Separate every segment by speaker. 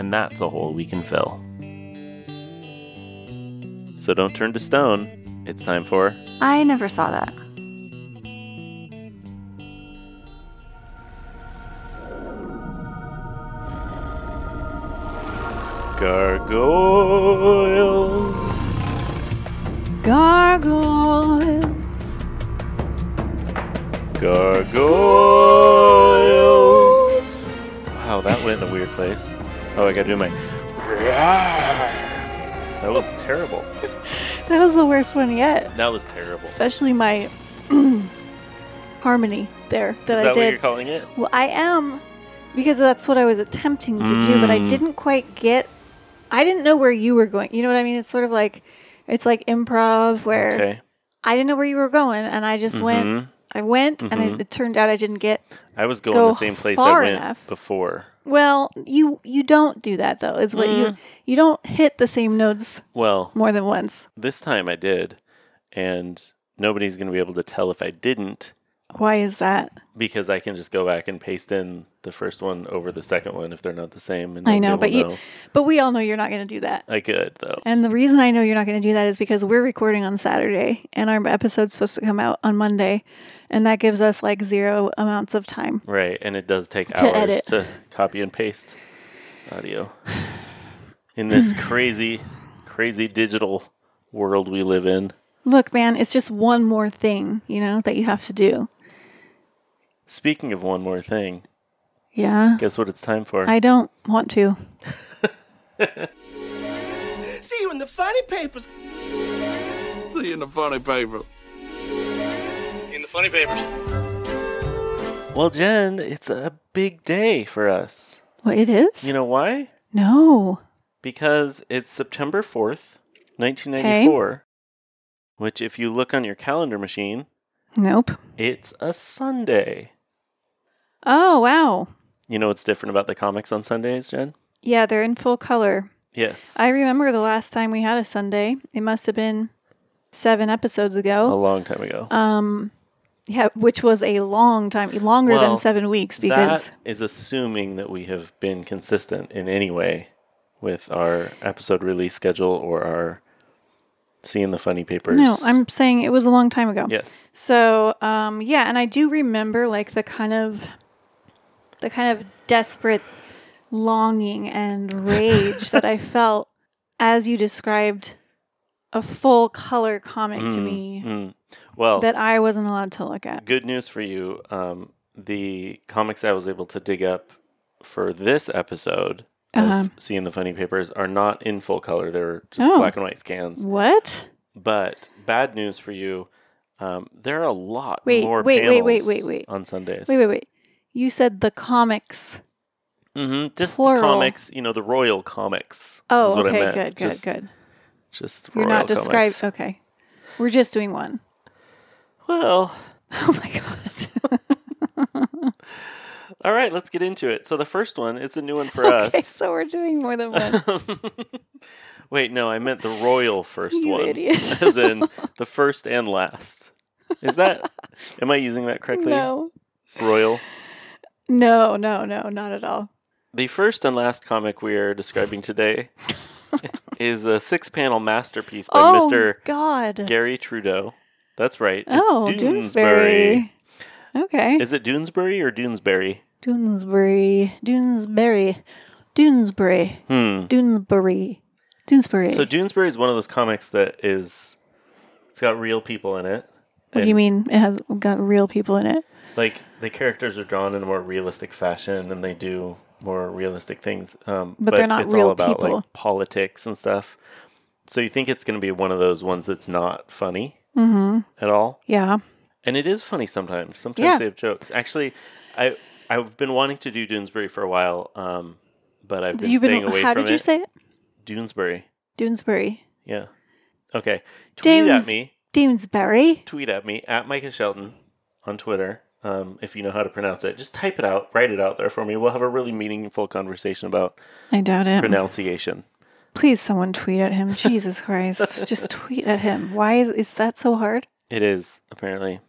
Speaker 1: and that's a hole we can fill. So don't turn to stone. It's time for
Speaker 2: I never saw that.
Speaker 1: Gargoyles.
Speaker 2: Gargoyles.
Speaker 1: Gargoyles. Wow, that went in a weird place. Oh, I gotta do my. That was terrible.
Speaker 3: That was the worst one yet.
Speaker 1: That was terrible. Is
Speaker 3: Especially my harmony there that,
Speaker 1: that
Speaker 3: I
Speaker 1: what you're
Speaker 3: did.
Speaker 1: calling it?
Speaker 3: Well, I am because that's what I was attempting to do, but I
Speaker 1: Mm.
Speaker 3: didn't quite get. I didn't know where you were going. You know what I mean? It's sort of like it's like improv where
Speaker 1: Okay.
Speaker 3: I didn't know where you were going, and I just went.
Speaker 1: Mhm.
Speaker 3: I went, and
Speaker 1: Mhm.
Speaker 3: it, it turned out I didn't get.
Speaker 1: I was going
Speaker 3: Go
Speaker 1: the same place I
Speaker 3: far
Speaker 1: went
Speaker 3: enough.
Speaker 1: before.
Speaker 3: Well, you you don't do that though. Is what you you don't hit the same notes
Speaker 1: Well,
Speaker 3: more than once.
Speaker 1: this time I did, and nobody's gonna be able to tell if I didn't
Speaker 3: Why is that?
Speaker 1: because I can just go back and paste in the first one over the second one if they're not the same. And
Speaker 3: I
Speaker 1: nobody
Speaker 3: know,
Speaker 1: will
Speaker 3: but you but we all know you're not going to do that.
Speaker 1: I could though.
Speaker 3: And the reason I know you're not going to do that is because we're recording on Saturday and our episode's supposed to come out on Monday. And that gives us like zero amounts of time.
Speaker 1: Right, and it does take
Speaker 3: To
Speaker 1: hours
Speaker 3: edit.
Speaker 1: to copy and paste audio. In this crazy, crazy digital world we live in.
Speaker 3: Look, man, it's just one more thing, you know, that you have to do.
Speaker 1: Speaking of one more thing,
Speaker 3: Yeah.
Speaker 1: guess what it's time for?
Speaker 3: I don't want to.
Speaker 4: See you in the funny papers. See you in the funny papers.
Speaker 5: in the funny papers.
Speaker 1: well, Jen, it's a big day for us.
Speaker 3: What it is?
Speaker 1: You know why?
Speaker 3: no.
Speaker 1: Because it's September 4th, 1994, which, if you look on your calendar machine,
Speaker 3: Nope.
Speaker 1: it's a Sunday.
Speaker 3: Oh, wow.
Speaker 1: You know what's different about the comics on Sundays, Jen?
Speaker 3: Yeah, they're in full color.
Speaker 1: Yes.
Speaker 3: I remember the last time we had a Sunday. It must have been seven episodes
Speaker 1: A
Speaker 3: ago.
Speaker 1: long time ago.
Speaker 3: Um, yeah, which was a long time, longer
Speaker 1: Well,
Speaker 3: than seven weeks because.
Speaker 1: that is assuming that we have been consistent in any way with our episode release schedule or our seeing the funny papers.
Speaker 3: No, I'm saying it was a long time ago.
Speaker 1: yes.
Speaker 3: So, um, yeah, and I do remember like the kind of the kind of desperate longing and rage that I felt as you described a full color comic to me
Speaker 1: Mm. Well,
Speaker 3: that I wasn't allowed to look at.
Speaker 1: good news for you. Um, the comics I was able to dig up for this episode of
Speaker 3: Uh-huh.
Speaker 1: seeing the funny papers are not in full color. They're just
Speaker 3: Oh.
Speaker 1: black and white scans.
Speaker 3: What?
Speaker 1: But bad news for you. Um, there are a lot
Speaker 3: Wait,
Speaker 1: more
Speaker 3: wait,
Speaker 1: panels
Speaker 3: wait, wait, wait, wait.
Speaker 1: on Sundays.
Speaker 3: Wait, wait, wait. You said the comics.
Speaker 1: hmm Just the
Speaker 3: Plural.
Speaker 1: comics, you know, the royal comics. is
Speaker 3: Oh,
Speaker 1: what I
Speaker 3: okay,
Speaker 1: meant.
Speaker 3: good, good,
Speaker 1: just,
Speaker 3: good.
Speaker 1: Just
Speaker 3: You're
Speaker 1: royal
Speaker 3: not describing.
Speaker 1: comics.
Speaker 3: Okay, we're just doing one.
Speaker 1: Well,
Speaker 3: Oh my god.
Speaker 1: all right, let's get into it. So the first one, it's a new one for
Speaker 3: okay,
Speaker 1: us.
Speaker 3: so we're doing more than one.
Speaker 1: Wait, no, I meant the royal first
Speaker 3: You
Speaker 1: one,
Speaker 3: idiot.
Speaker 1: as in the first and last. Is that? am I using that correctly?
Speaker 3: no.
Speaker 1: Royal.
Speaker 3: No, no, no, not at all.
Speaker 1: The first and last comic we are describing today is a six-panel masterpiece by
Speaker 3: oh
Speaker 1: Mr.
Speaker 3: God!
Speaker 1: Gary Trudeau. That's right. It's
Speaker 3: oh, Doonesbury. Okay,
Speaker 1: Is it Doonesbury or Doonesbury?
Speaker 3: Doonesbury, Doonesbury, Doonesbury,
Speaker 1: Hmm.
Speaker 3: Doonesbury, Doonesbury.
Speaker 1: So Doonesbury is one of those comics that is it's got real people in it.
Speaker 3: what do you mean? It has got real people in it.
Speaker 1: Like the characters are drawn in a more realistic fashion and they do more realistic things. Um,
Speaker 3: But they're not
Speaker 1: it's all
Speaker 3: real
Speaker 1: about
Speaker 3: people.
Speaker 1: like politics and stuff. So you think it's going to be one of those ones that's not funny at all,
Speaker 3: Yeah.
Speaker 1: and it is funny sometimes. Sometimes
Speaker 3: Mm-hmm. Yeah.
Speaker 1: they have jokes. Actually, I I've been wanting to do Doonesbury for a while, um, but I've been
Speaker 3: You've
Speaker 1: staying
Speaker 3: been.
Speaker 1: away
Speaker 3: How
Speaker 1: from
Speaker 3: did you
Speaker 1: it.
Speaker 3: say it?
Speaker 1: Doonesbury.
Speaker 3: Doonesbury.
Speaker 1: Yeah. Okay. Tweet
Speaker 3: Doones-
Speaker 1: at me.
Speaker 3: Doonesbury.
Speaker 1: Tweet at me at Micah Shelton on Twitter. Um, if you know how to pronounce it, just type it out, write it out there for me. We'll have a really meaningful conversation about
Speaker 3: I doubt it.
Speaker 1: pronunciation.
Speaker 3: Please, someone tweet at him. Jesus Christ. Just tweet at him. Why is, is that so hard?
Speaker 1: It is, apparently.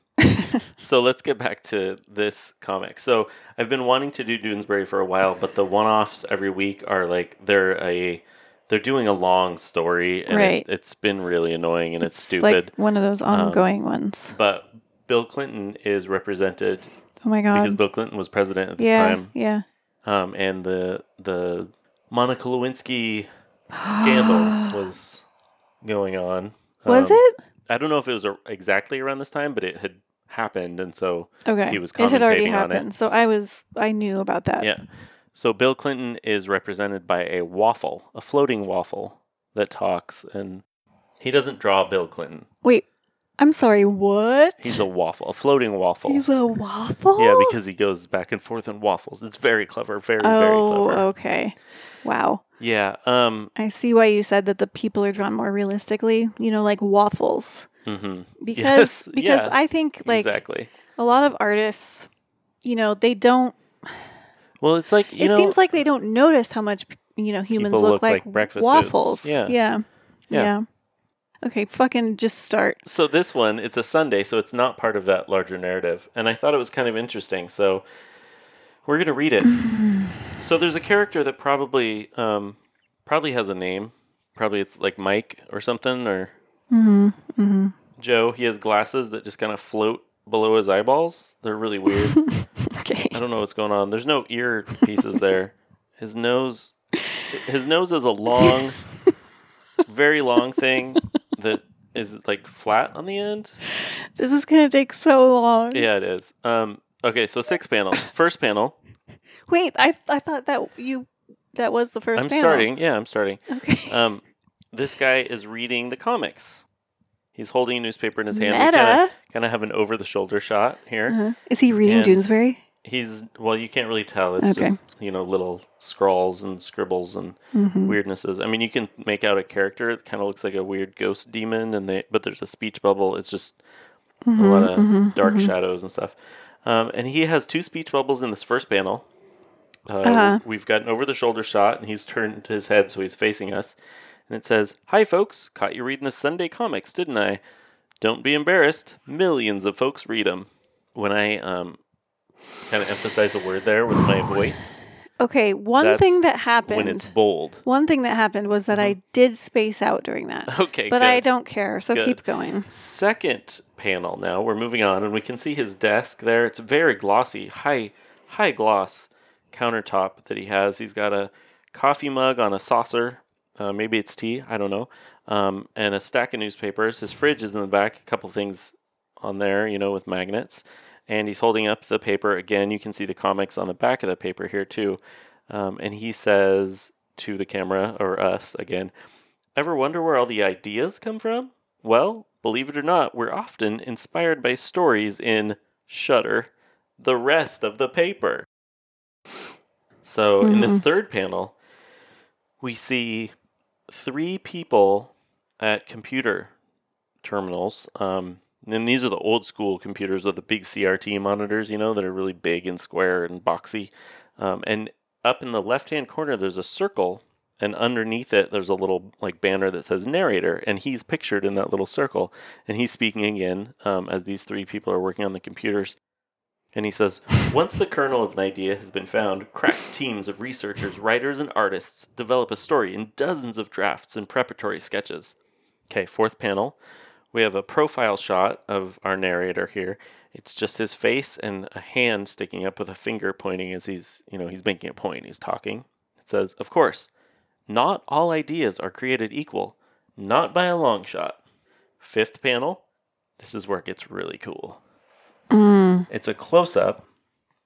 Speaker 1: so let's get back to this comic. So I've been wanting to do Doonesbury for a while, but the one offs every week are like they're a they're doing a long story and
Speaker 3: Right.
Speaker 1: it, has been really annoying and it's,
Speaker 3: like
Speaker 1: stupid. Um,
Speaker 3: one of those ongoing ones.
Speaker 1: but Bill Clinton is represented
Speaker 3: Oh my God.
Speaker 1: because Bill Clinton was president at this
Speaker 3: yeah.
Speaker 1: time.
Speaker 3: Yeah.
Speaker 1: Um, and the the Monica Lewinsky scandal was going on.
Speaker 3: Was
Speaker 1: Um,
Speaker 3: it?
Speaker 1: I don't know if it was a, exactly around this time, but it had happened, and so
Speaker 3: Okay.
Speaker 1: he was
Speaker 3: it had already
Speaker 1: commentating on it.
Speaker 3: happened. So I was, I knew about that.
Speaker 1: yeah. So Bill Clinton is represented by a waffle, a floating waffle that talks, and he doesn't draw Bill Clinton.
Speaker 3: Wait. I'm sorry. What?
Speaker 1: He's a waffle, a floating waffle.
Speaker 3: He's a waffle?
Speaker 1: yeah, because he goes back and forth in waffles. It's very clever, very very
Speaker 3: Oh,
Speaker 1: clever.
Speaker 3: okay. Wow.
Speaker 1: Yeah. Um.
Speaker 3: I see why you said that the people are drawn more realistically, you know, like waffles.
Speaker 1: mhm. Yes,
Speaker 3: Because because
Speaker 1: yeah,
Speaker 3: I think like
Speaker 1: exactly.
Speaker 3: a lot of artists, you know, they don't
Speaker 1: Well, it's like you
Speaker 3: it
Speaker 1: know,
Speaker 3: seems like they don't notice how much you know humans
Speaker 1: People
Speaker 3: look,
Speaker 1: look
Speaker 3: like,
Speaker 1: like breakfast
Speaker 3: waffles.
Speaker 1: foods. Yeah.
Speaker 3: yeah.
Speaker 1: Yeah.
Speaker 3: Yeah. Okay, fucking just start.
Speaker 1: so this one it's a sunday so it's not part of that larger narrative and i thought it was kind of interesting so we're going to read it so there's a character that probably um, probably has a name probably it's like mike or something or
Speaker 3: Mm-hmm,
Speaker 1: joe he has glasses that just kind of float below his eyeballs they're really weird
Speaker 3: Okay.
Speaker 1: i don't know what's going on there's no ear pieces there his nose his nose is a long very long thing that is like flat on the end
Speaker 3: This is going to take so long.
Speaker 1: yeah, it is. Um, okay, so six panels. First panel.
Speaker 3: Wait, I I thought that you that was the 1st
Speaker 1: I'm
Speaker 3: panel.
Speaker 1: starting. Yeah, I'm starting.
Speaker 3: Okay.
Speaker 1: Um, this guy is reading the comics. He's holding a newspaper in his hand.
Speaker 3: Meta?
Speaker 1: Kind of have an over the shoulder shot here.
Speaker 3: Uh-huh. Is he reading
Speaker 1: and-
Speaker 3: Doonesbury?
Speaker 1: He's well, you can't really tell. It's
Speaker 3: Okay.
Speaker 1: just you know little scrawls and scribbles and
Speaker 3: Mm-hmm.
Speaker 1: weirdnesses. I mean, you can make out a character. It kind of looks like a weird ghost demon, and they but there's a speech bubble. It's just a
Speaker 3: Mm-hmm,
Speaker 1: lot of dark shadows and stuff. Um, and he has two speech bubbles in this first panel. Uh,
Speaker 3: Uh-huh.
Speaker 1: We've got an over the shoulder shot, and he's turned his head so he's facing us. And it says, Hi, folks. Caught you reading the Sunday comics, didn't I? Don't be embarrassed. Millions of folks read them. When I um, kind of emphasize a word there with my voice,
Speaker 3: Okay, one
Speaker 1: That's
Speaker 3: thing that happened
Speaker 1: when it's bold.
Speaker 3: One thing that happened was that I did space out during that.
Speaker 1: Okay,
Speaker 3: But I
Speaker 1: good.
Speaker 3: don't care, so
Speaker 1: Good.
Speaker 3: keep going.
Speaker 1: Second panel now, we're moving on, and we can see his desk there. It's very glossy, high, high gloss countertop that he has. He's got a coffee mug on a saucer. Uh, maybe it's tea, I don't know. Um, and a stack of newspapers. His fridge is in the back, a couple things on there, you know, with magnets. And he's holding up the paper. Again, you can see the comics on the back of the paper here, too. Um, and he says to the camera, or us again, Ever wonder where all the ideas come from? Well, believe it or not, we're often inspired by stories in Shudder, the rest of the paper. So, in this third panel, we see three people at computer terminals. Um, and these are the old school computers with the big CRT monitors, you know, that are really big and square and boxy. Um, and up in the left hand corner, there's a circle, and underneath it, there's a little like banner that says narrator, and he's pictured in that little circle, and he's speaking again um, as these three people are working on the computers. And he says, once the kernel of an idea has been found, crack teams of researchers, writers, and artists develop a story in dozens of drafts and preparatory sketches. Okay, fourth panel. We have a profile shot of our narrator here. It's just his face and a hand sticking up with a finger pointing as he's, you know, he's making a point, he's talking. It says, "Of course, not all ideas are created equal, not by a long shot." Fifth panel. This is where it gets really cool. It's a close up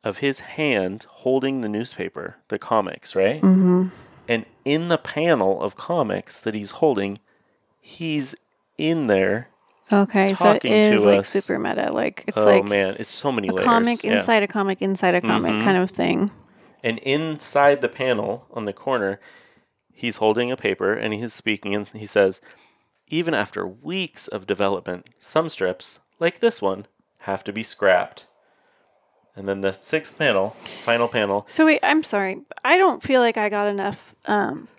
Speaker 1: of his hand holding the newspaper, the comics, right? Mm-hmm. And in the panel of comics that he's holding, he's in there
Speaker 3: Okay, so it
Speaker 1: Talking
Speaker 3: is
Speaker 1: to
Speaker 3: like
Speaker 1: us.
Speaker 3: super meta. Like it's
Speaker 1: oh
Speaker 3: like
Speaker 1: man, it's so many
Speaker 3: a
Speaker 1: layers.
Speaker 3: comic
Speaker 1: Yeah. Mm-hmm.
Speaker 3: inside a comic inside a comic kind of thing.
Speaker 1: And inside the panel on the corner he's holding a paper and he's speaking and he says, even after weeks of development, some strips, like this one, have to be scrapped. And then the sixth panel, final panel,
Speaker 3: So wait, I'm sorry. I don't feel like I got enough um,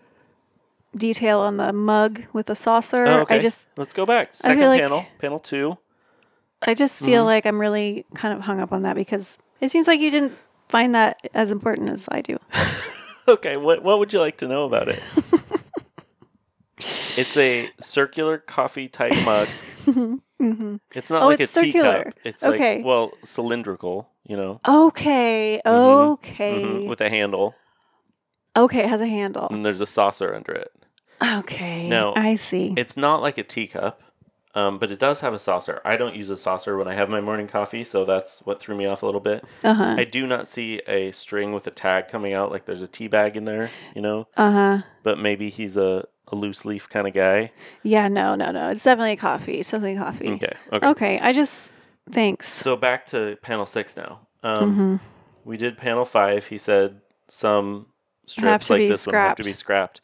Speaker 3: detail on the mug with the saucer.
Speaker 1: Oh, okay.
Speaker 3: I just
Speaker 1: let's go back. Second
Speaker 3: like-
Speaker 1: panel, panel two.
Speaker 3: I just feel
Speaker 1: Mm-hmm.
Speaker 3: like I'm really kind of hung up on that because it seems like you didn't find that as important as I do.
Speaker 1: Okay, what what would you like to know about it? it's a circular coffee type mug. It's not
Speaker 3: Oh,
Speaker 1: like
Speaker 3: it's
Speaker 1: a teacup.
Speaker 3: circular.
Speaker 1: It's
Speaker 3: Okay.
Speaker 1: like well, cylindrical, you know,
Speaker 3: Okay, okay,
Speaker 1: mhm, with a handle,
Speaker 3: okay. It has a handle.
Speaker 1: and there's a saucer under it.
Speaker 3: Okay,
Speaker 1: Mm-hmm. No,
Speaker 3: I see.
Speaker 1: It's not like a teacup, um, but it does have a saucer. I don't use a saucer when I have my morning coffee, so that's what threw me off a little bit.
Speaker 3: Uh huh.
Speaker 1: I do not see a string with a tag coming out, like there's a tea bag in there, you know.
Speaker 3: Uh huh.
Speaker 1: But maybe he's a, a loose leaf kind of guy.
Speaker 3: Yeah. No. No. No. It's definitely coffee. It's definitely coffee.
Speaker 1: Okay. Okay.
Speaker 3: Okay. I just thanks.
Speaker 1: So back to panel six now. Um,
Speaker 3: Mm-hmm.
Speaker 1: We did panel five. He said some strips
Speaker 3: to
Speaker 1: like
Speaker 3: be
Speaker 1: this one have to be
Speaker 3: scrapped.
Speaker 1: scrapped.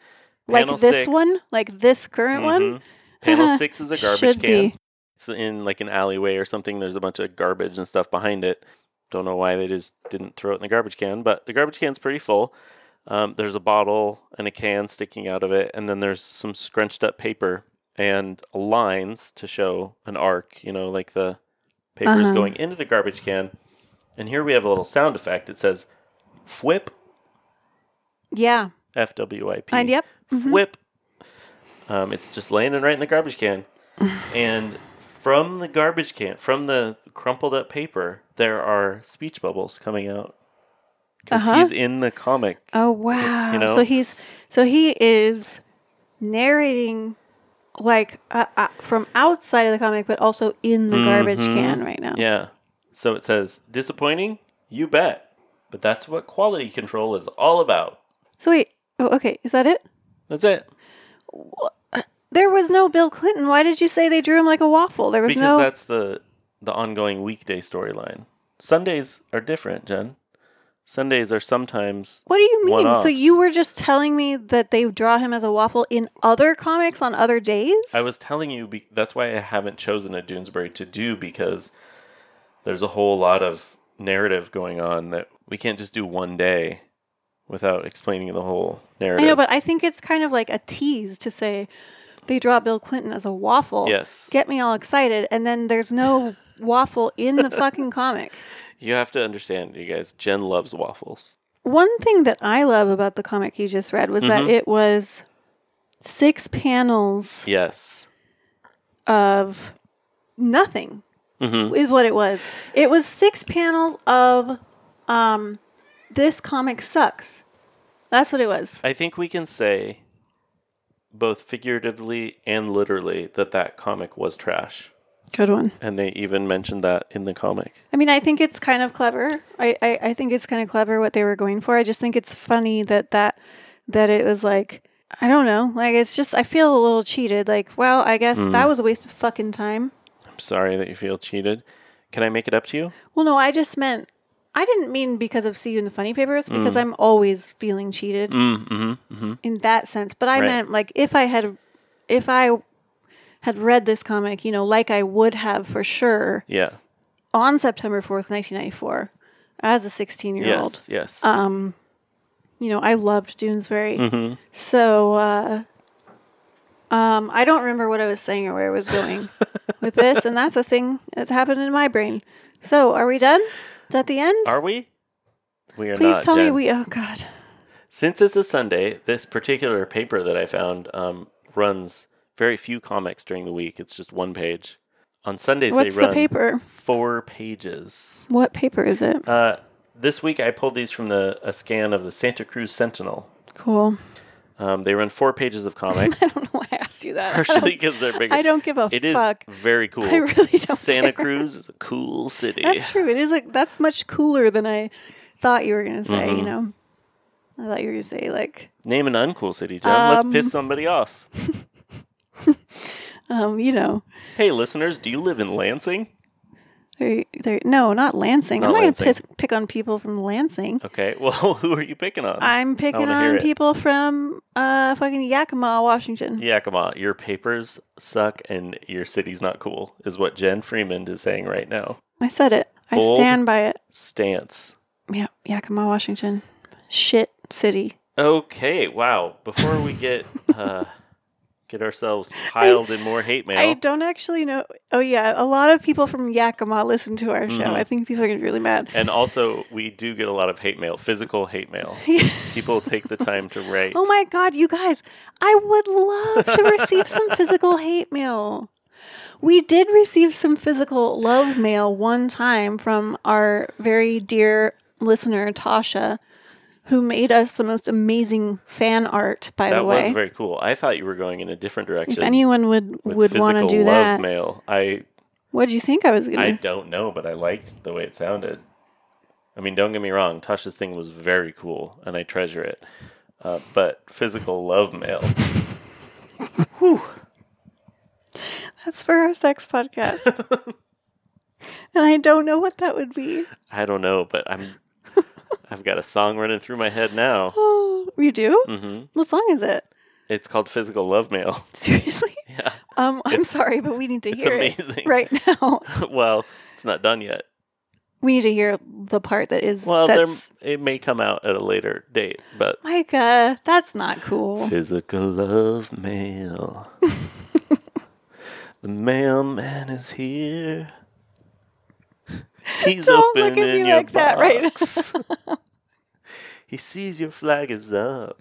Speaker 3: like
Speaker 1: Panel
Speaker 3: this
Speaker 1: six-
Speaker 3: one, like this current one.
Speaker 1: Mhm. Panel six is a garbage
Speaker 3: Should
Speaker 1: can.
Speaker 3: be.
Speaker 1: It's in like an alleyway or something. There's a bunch of garbage and stuff behind it. Don't know why they just didn't throw it in the garbage can, but the garbage can's pretty full. Um, there's a bottle and a can sticking out of it, and then there's some scrunched up paper and lines to show an arc. You know, like the paper's
Speaker 3: Uh-huh.
Speaker 1: going into the garbage can. And here we have a little sound effect. It says "fwip,"
Speaker 3: Yeah.
Speaker 1: f w i p.
Speaker 3: And yep. Mm-hmm.
Speaker 1: Whip. Um, it's just landing right in the garbage can. and from the garbage can, from the crumpled up paper, there are speech bubbles coming out. Because
Speaker 3: Uh-huh.
Speaker 1: he's in the comic.
Speaker 3: Oh wow.
Speaker 1: know?
Speaker 3: So he's so he is narrating like uh, uh, from outside of the comic, but also in the garbage can right now.
Speaker 1: Mm-hmm. Yeah. So it says, disappointing? You bet. But that's what quality control is all about.
Speaker 3: So wait. Oh, okay. Is that it?
Speaker 1: That's it.
Speaker 3: There was no Bill Clinton. Why did you say they drew him like a waffle? There was
Speaker 1: Because
Speaker 3: no.
Speaker 1: that's the the ongoing weekday storyline. Sundays are different, Jen. Sundays are sometimes
Speaker 3: what do you mean? So
Speaker 1: one-offs.
Speaker 3: you were just telling me that they draw him as a waffle in other comics on other days?
Speaker 1: I was telling you be- that's why I haven't chosen a Doonesbury to do because there's a whole lot of narrative going on that we can't just do one day without explaining the whole narrative.
Speaker 3: I know, but I think it's kind of like a tease to say they draw Bill Clinton as a waffle.
Speaker 1: Yes.
Speaker 3: Get me all excited. And then there's no waffle in the fucking comic.
Speaker 1: you have to understand, you guys. Jen loves waffles.
Speaker 3: One thing that I love about the comic you just read was that it was six panels
Speaker 1: Yes.
Speaker 3: of nothing,
Speaker 1: Mhm.
Speaker 3: is what it was. It was six panels of um, this comic sucks. That's what it was.
Speaker 1: I think we can say, both figuratively and literally, that that comic was trash.
Speaker 3: Good one.
Speaker 1: And they even mentioned that in the comic.
Speaker 3: I mean, I think it's kind of clever. I, I, I think it's kind of clever what they were going for. I just think it's funny that that that it was like I don't know. Like it's just I feel a little cheated. Like, well, I guess
Speaker 1: Hmm.
Speaker 3: that was a waste of fucking time.
Speaker 1: I'm sorry that you feel cheated. Can I make it up to you?
Speaker 3: Well, no, I just meant I didn't mean because of see you in the funny papers
Speaker 1: Hmm.
Speaker 3: because I'm always feeling cheated in that sense. But I
Speaker 1: mm-hmm, Right.
Speaker 3: meant like if I had if I had read this comic, you know, like I would have for sure
Speaker 1: Yeah.
Speaker 3: on September fourth, nineteen ninety four, as a sixteen year old.
Speaker 1: Yes. Yes.
Speaker 3: you know, I loved Doonesbury.
Speaker 1: Mm-hmm.
Speaker 3: So, uh, um, I don't remember what I was saying or where I was going with this, and that's a thing that's happened in my brain. So, are we done? Is that the end?
Speaker 1: Are we? We are
Speaker 3: Please
Speaker 1: not.
Speaker 3: tell me
Speaker 1: Jen.
Speaker 3: we. Oh God.
Speaker 1: Since it's a Sunday, this particular paper that I found um, runs very few comics during the week. It's just one page. On Sundays,
Speaker 3: What's
Speaker 1: they
Speaker 3: the
Speaker 1: run
Speaker 3: paper?
Speaker 1: four pages.
Speaker 3: What paper is it?
Speaker 1: Uh, this week, I pulled these from the a scan of the Santa Cruz Sentinel.
Speaker 3: cool.
Speaker 1: Um, they run four pages of comics,
Speaker 3: I don't know why I asked you that.
Speaker 1: partially because they're bigger.
Speaker 3: I don't give a
Speaker 1: It is
Speaker 3: fuck.
Speaker 1: very cool.
Speaker 3: I really don't
Speaker 1: Santa
Speaker 3: care.
Speaker 1: Cruz is a cool city.
Speaker 3: That's true. It is like that's much cooler than I thought you were gonna say.
Speaker 1: Mm-hmm.
Speaker 3: You know, I thought you were gonna say like,
Speaker 1: Name an uncool city, Jen. Let's piss somebody off.
Speaker 3: um, you know,
Speaker 1: Hey, listeners, do you live in Lansing?
Speaker 3: There, there, no, not Lansing.
Speaker 1: Not
Speaker 3: I'm not going to
Speaker 1: Lansing.
Speaker 3: pick, pick on people from Lansing.
Speaker 1: Okay. Well, who are you picking on?
Speaker 3: I'm picking
Speaker 1: wanna hear
Speaker 3: on
Speaker 1: it.
Speaker 3: people from uh, fucking Yakima, Washington.
Speaker 1: Yakima, your papers suck and your city's not cool, is what Jen Freeman is saying right now.
Speaker 3: I said it. I
Speaker 1: Bold.
Speaker 3: stand by it.
Speaker 1: Stance.
Speaker 3: Yeah, Yakima, Washington. Shit city.
Speaker 1: Okay. Wow. Before we get uh, get ourselves piled in more hate mail,
Speaker 3: I don't actually know. Oh yeah, a lot of people from Yakima listen to our show.
Speaker 1: Mhm.
Speaker 3: I think people are gonna be really mad.
Speaker 1: and also we do get a lot of hate mail, physical hate mail. People take the time to write.
Speaker 3: Oh my god, you guys! I would love to receive some physical hate mail. We did receive some physical love mail one time from our very dear listener Tasha, who made us the most amazing fan art. By
Speaker 1: that
Speaker 3: the way,
Speaker 1: was very cool. I thought you were going in a different
Speaker 3: if
Speaker 1: direction.
Speaker 3: anyone would
Speaker 1: with
Speaker 3: would want to
Speaker 1: physical
Speaker 3: do
Speaker 1: love
Speaker 3: that,
Speaker 1: mail. I
Speaker 3: what do you think I was gonna?
Speaker 1: I don't know, but I liked the way it sounded. I mean, don't get me wrong, Tasha's thing was very cool, and I treasure it. Uh, but physical love mail.
Speaker 3: That's for our sex podcast. and I don't know what that would be.
Speaker 1: I don't know, but I'm. I've got a song running through my head now.
Speaker 3: Oh, you do?
Speaker 1: hmm
Speaker 3: What song is it?
Speaker 1: It's called Physical Love Mail.
Speaker 3: Seriously?
Speaker 1: Yeah.
Speaker 3: Um, I'm
Speaker 1: It's-
Speaker 3: sorry, but we need to
Speaker 1: it's
Speaker 3: hear
Speaker 1: amazing.
Speaker 3: it right now.
Speaker 1: well, it's not done yet.
Speaker 3: We need to hear the part that is
Speaker 1: Well, there,
Speaker 3: that's
Speaker 1: it may come out at a later date, but
Speaker 3: Micah. uh, That's not cool.
Speaker 1: Physical love mail. the mailman is here. He's
Speaker 3: Don't look at
Speaker 1: opening
Speaker 3: me
Speaker 1: your
Speaker 3: like that right now.
Speaker 1: box. he sees your flag is up.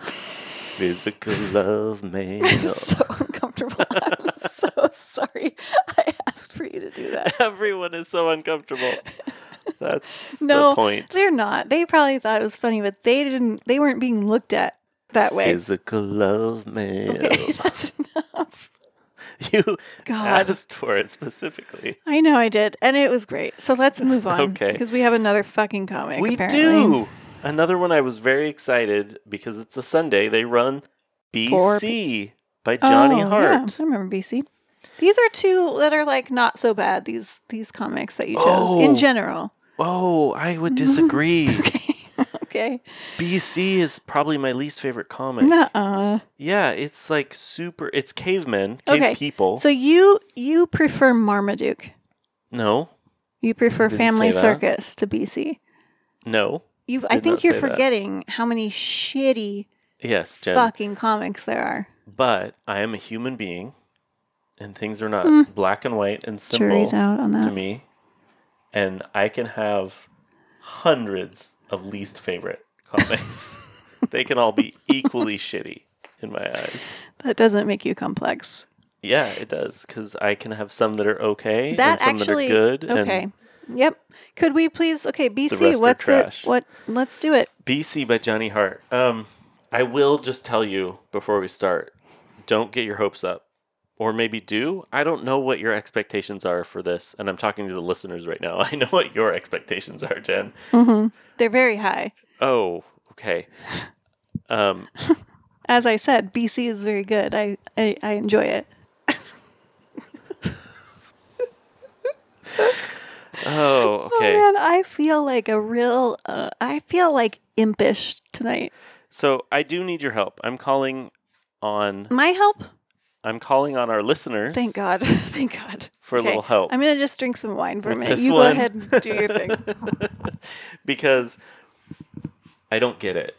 Speaker 1: Physical love
Speaker 3: I'm
Speaker 1: mail.
Speaker 3: so uncomfortable. I'm so sorry. I asked for you to do that.
Speaker 1: Everyone is so uncomfortable. That's
Speaker 3: No,
Speaker 1: the point.
Speaker 3: they're not. They probably thought it was funny, but they didn't. They weren't being looked at that way.
Speaker 1: Physical love mail.
Speaker 3: Okay, that's enough.
Speaker 1: You
Speaker 3: God.
Speaker 1: asked for it specifically.
Speaker 3: I know I did, and it was great. So let's move on.
Speaker 1: Okay.
Speaker 3: Because we have another fucking comic.
Speaker 1: We
Speaker 3: apparently.
Speaker 1: do. Another one I was very excited because it's a Sunday. They run
Speaker 3: Four
Speaker 1: BC by Johnny
Speaker 3: Oh,
Speaker 1: Hart.
Speaker 3: Yeah, I remember BC. These are two that are like not so bad. These these comics that you chose
Speaker 1: Oh.
Speaker 3: in general.
Speaker 1: Whoa, Oh, I would
Speaker 3: Mm-hmm.
Speaker 1: disagree.
Speaker 3: Okay.
Speaker 1: BC is probably my least favorite comic.
Speaker 3: Nuh-uh.
Speaker 1: Yeah, it's like super. It's cavemen, cave
Speaker 3: Okay.
Speaker 1: people.
Speaker 3: So you you prefer Marmaduke.
Speaker 1: no,
Speaker 3: You prefer
Speaker 1: Didn't
Speaker 3: Family
Speaker 1: say that.
Speaker 3: Circus to BC.
Speaker 1: no.
Speaker 3: You, I
Speaker 1: Did not
Speaker 3: think you're
Speaker 1: say that.
Speaker 3: forgetting how many shitty
Speaker 1: Yes, Jen.
Speaker 3: fucking comics there are.
Speaker 1: But I am a human being, and things are not black and white and simple.
Speaker 3: Hmm. Jury's out on
Speaker 1: to
Speaker 3: that.
Speaker 1: me, and I can have hundreds of least favorite comics. they can all be equally shitty in my eyes.
Speaker 3: That doesn't make you complex.
Speaker 1: Yeah, it does because I can have some that are okay and
Speaker 3: that
Speaker 1: some
Speaker 3: actually
Speaker 1: that are good.
Speaker 3: okay
Speaker 1: And
Speaker 3: yep could we please okay
Speaker 1: rest
Speaker 3: bc
Speaker 1: are
Speaker 3: what's it
Speaker 1: trash.
Speaker 3: what let's do it
Speaker 1: BC by Johnny Hart. Um, I will just tell you before we start: don't get your hopes up. Or maybe do. I don't know what your expectations are for this. And I'm talking to the listeners right now. I know what your expectations are, Jen.
Speaker 3: they're very high
Speaker 1: Oh, okay. Um,
Speaker 3: as i said bc is very good i i, I enjoy it
Speaker 1: Oh, okay.
Speaker 3: oh man i feel like a real uh, i feel like impish tonight
Speaker 1: so I do need your help. I'm calling on
Speaker 3: my help
Speaker 1: I'm calling on our listeners.
Speaker 3: thank god thank god
Speaker 1: For a little help.
Speaker 3: i'm gonna just drink some wine for a
Speaker 1: With
Speaker 3: minute
Speaker 1: this
Speaker 3: you
Speaker 1: one.
Speaker 3: go ahead and do your thing
Speaker 1: Because I don't get it.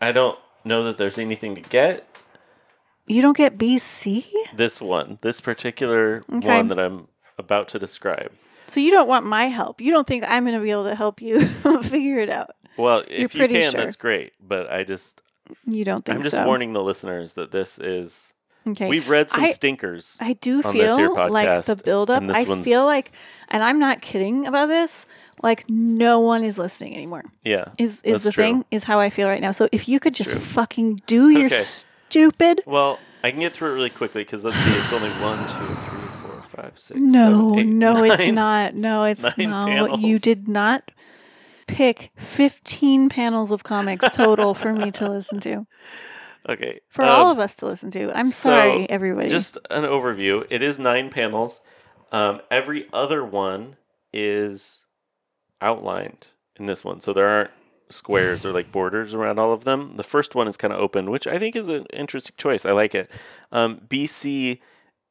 Speaker 1: I don't know that there's anything to get.
Speaker 3: you don't get bc
Speaker 1: This one, this particular
Speaker 3: Okay.
Speaker 1: one that I'm about to describe.
Speaker 3: so you don't want my help you don't think i'm gonna be able to help you figure it out
Speaker 1: Well, if you
Speaker 3: pretty
Speaker 1: can,
Speaker 3: sure.
Speaker 1: that's great. But I just
Speaker 3: you don't think
Speaker 1: I'm just
Speaker 3: so
Speaker 1: warning the listeners that this is
Speaker 3: okay
Speaker 1: we've read some
Speaker 3: I-
Speaker 1: stinkers.
Speaker 3: I do
Speaker 1: on this here
Speaker 3: feel like the
Speaker 1: podcast,
Speaker 3: buildup.
Speaker 1: and this
Speaker 3: I
Speaker 1: one's-
Speaker 3: feel like, and I'm not kidding about this. Like no one is listening anymore.
Speaker 1: yeah.
Speaker 3: Is is
Speaker 1: that's
Speaker 3: the
Speaker 1: true.
Speaker 3: thing? Is how I feel right now. So if you could just fucking do your
Speaker 1: Okay.
Speaker 3: stupid.
Speaker 1: Well, I can get through it really quickly because let's see, it's only one, two, three, four, five, six.
Speaker 3: No,
Speaker 1: seven, eight,
Speaker 3: no, it's
Speaker 1: nine.
Speaker 3: not. No, it's
Speaker 1: nine
Speaker 3: not. You
Speaker 1: panels.
Speaker 3: did not pick 15 panels of comics total for me to listen to.
Speaker 1: Okay. um,
Speaker 3: For all of us to listen to. I'm sorry, everybody.
Speaker 1: Just an overview. It is nine panels. Um, every other one is outlined in this one, so there aren't squares or like borders around all of them. The first one is kind of open, which I think is an interesting choice. I like it. Um, BC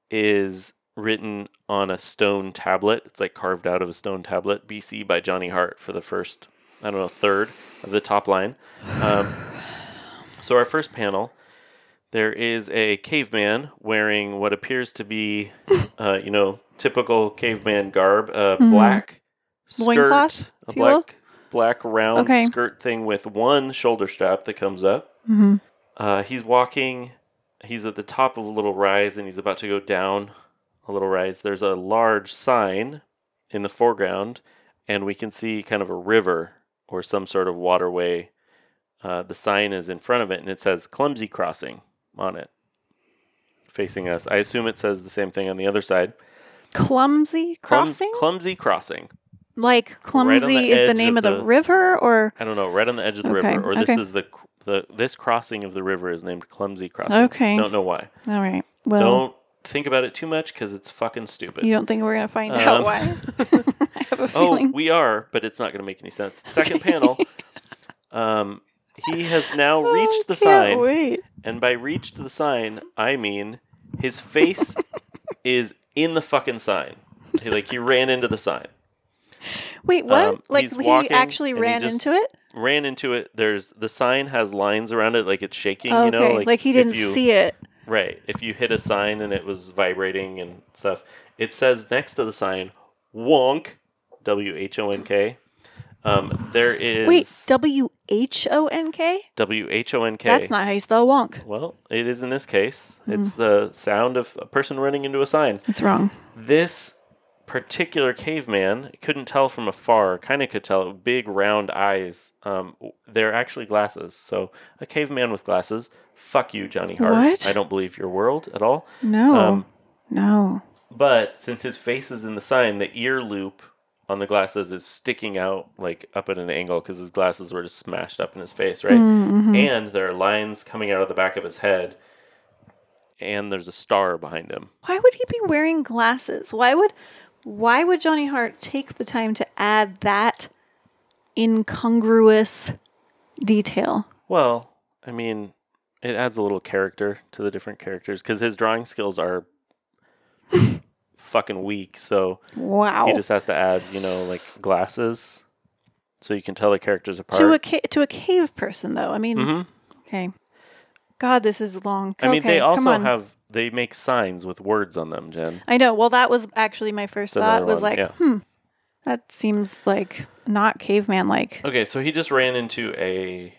Speaker 1: is written on a stone tablet. It's like carved out of a stone tablet. BC by Johnny Hart for the first, I don't know, third of the top line. Um, so our first panel, there is a caveman wearing what appears to be, uh, you know, typical caveman garb, a black
Speaker 3: Loincloth,
Speaker 1: skirt, a
Speaker 3: Mm-hmm. if you will?
Speaker 1: black black round
Speaker 3: Okay.
Speaker 1: skirt thing with one shoulder strap that comes up.
Speaker 3: Mm-hmm.
Speaker 1: Uh, he's walking. He's at the top of a little rise, and he's about to go down a little rise. There's a large sign in the foreground, and we can see kind of a river or some sort of waterway. Uh, the sign is in front of it, and it says "Clumsy Crossing" on it, facing us. I assume it says the same thing on the other side.
Speaker 3: Clumsy
Speaker 1: Clum-
Speaker 3: crossing?
Speaker 1: clumsy crossing.
Speaker 3: like clumsy
Speaker 1: the
Speaker 3: is the
Speaker 1: edge
Speaker 3: name
Speaker 1: of
Speaker 3: of the,
Speaker 1: the-
Speaker 3: river or
Speaker 1: I don't know, right on the edge of the
Speaker 3: Okay,
Speaker 1: river, or this
Speaker 3: okay.
Speaker 1: is the the this crossing of the river is named Clumsy Crossing.
Speaker 3: Okay.
Speaker 1: don't know why.
Speaker 3: All right. Well,
Speaker 1: Don't think about it too much because it's fucking stupid.
Speaker 3: you don't think we're going to find out
Speaker 1: Um,
Speaker 3: why? I have a
Speaker 1: oh,
Speaker 3: feeling.
Speaker 1: we are, but it's not going to make any sense. Second panel. Um, he has now reached the
Speaker 3: Oh, Can't
Speaker 1: sign,
Speaker 3: Wait.
Speaker 1: and by reached the sign, I mean his face is in the fucking sign. He, like he ran into the sign.
Speaker 3: Wait, what?
Speaker 1: Um,
Speaker 3: like
Speaker 1: he's
Speaker 3: he
Speaker 1: walking
Speaker 3: actually
Speaker 1: and he
Speaker 3: ran
Speaker 1: just-
Speaker 3: into it?
Speaker 1: Ran into it. There's the sign has lines around it, like it's shaking.
Speaker 3: okay.
Speaker 1: You know,
Speaker 3: like,
Speaker 1: like,
Speaker 3: he didn't see it.
Speaker 1: Right. If you hit a sign and it was vibrating and stuff, it says next to the sign, wonk, W H O N K. Um, there is
Speaker 3: Wait, W H O N K?
Speaker 1: W H O N K.
Speaker 3: That's not Hmm. how you spell wonk.
Speaker 1: Well, it is in this case. It's the sound of a person running into a sign.
Speaker 3: It's wrong.
Speaker 1: This particular caveman couldn't tell from afar, kind of could tell, big round eyes. Um, they're actually glasses. So a caveman with glasses, fuck you, Johnny Hart.
Speaker 3: What?
Speaker 1: I don't believe your world at all.
Speaker 3: No.
Speaker 1: Um,
Speaker 3: no.
Speaker 1: But since his face is in the sign, the ear loop on the glasses is sticking out like up at an angle because his glasses were just smashed up in his face, right?
Speaker 3: Mm, mm-hmm.
Speaker 1: And there are lines coming out of the back of his head, and there's a star behind him.
Speaker 3: Why would he be wearing glasses? Why would why would Johnny Hart take the time to add that incongruous detail?
Speaker 1: Well, I mean, it adds a little character to the different characters because his drawing skills are fucking weak. So
Speaker 3: Wow.
Speaker 1: he just has to add, you know, like glasses so you can tell the characters apart.
Speaker 3: to a ca- to a cave person though. I mean, okay. God, this is long.
Speaker 1: Mm-hmm. I mean,
Speaker 3: Okay,
Speaker 1: they
Speaker 3: come
Speaker 1: also
Speaker 3: on.
Speaker 1: have they make signs with words on them, Jen.
Speaker 3: I know. Well, that was actually my first
Speaker 1: another
Speaker 3: thought. Was
Speaker 1: one,
Speaker 3: like,
Speaker 1: yeah.
Speaker 3: hmm, that seems like not caveman like.
Speaker 1: Okay, so he just ran into a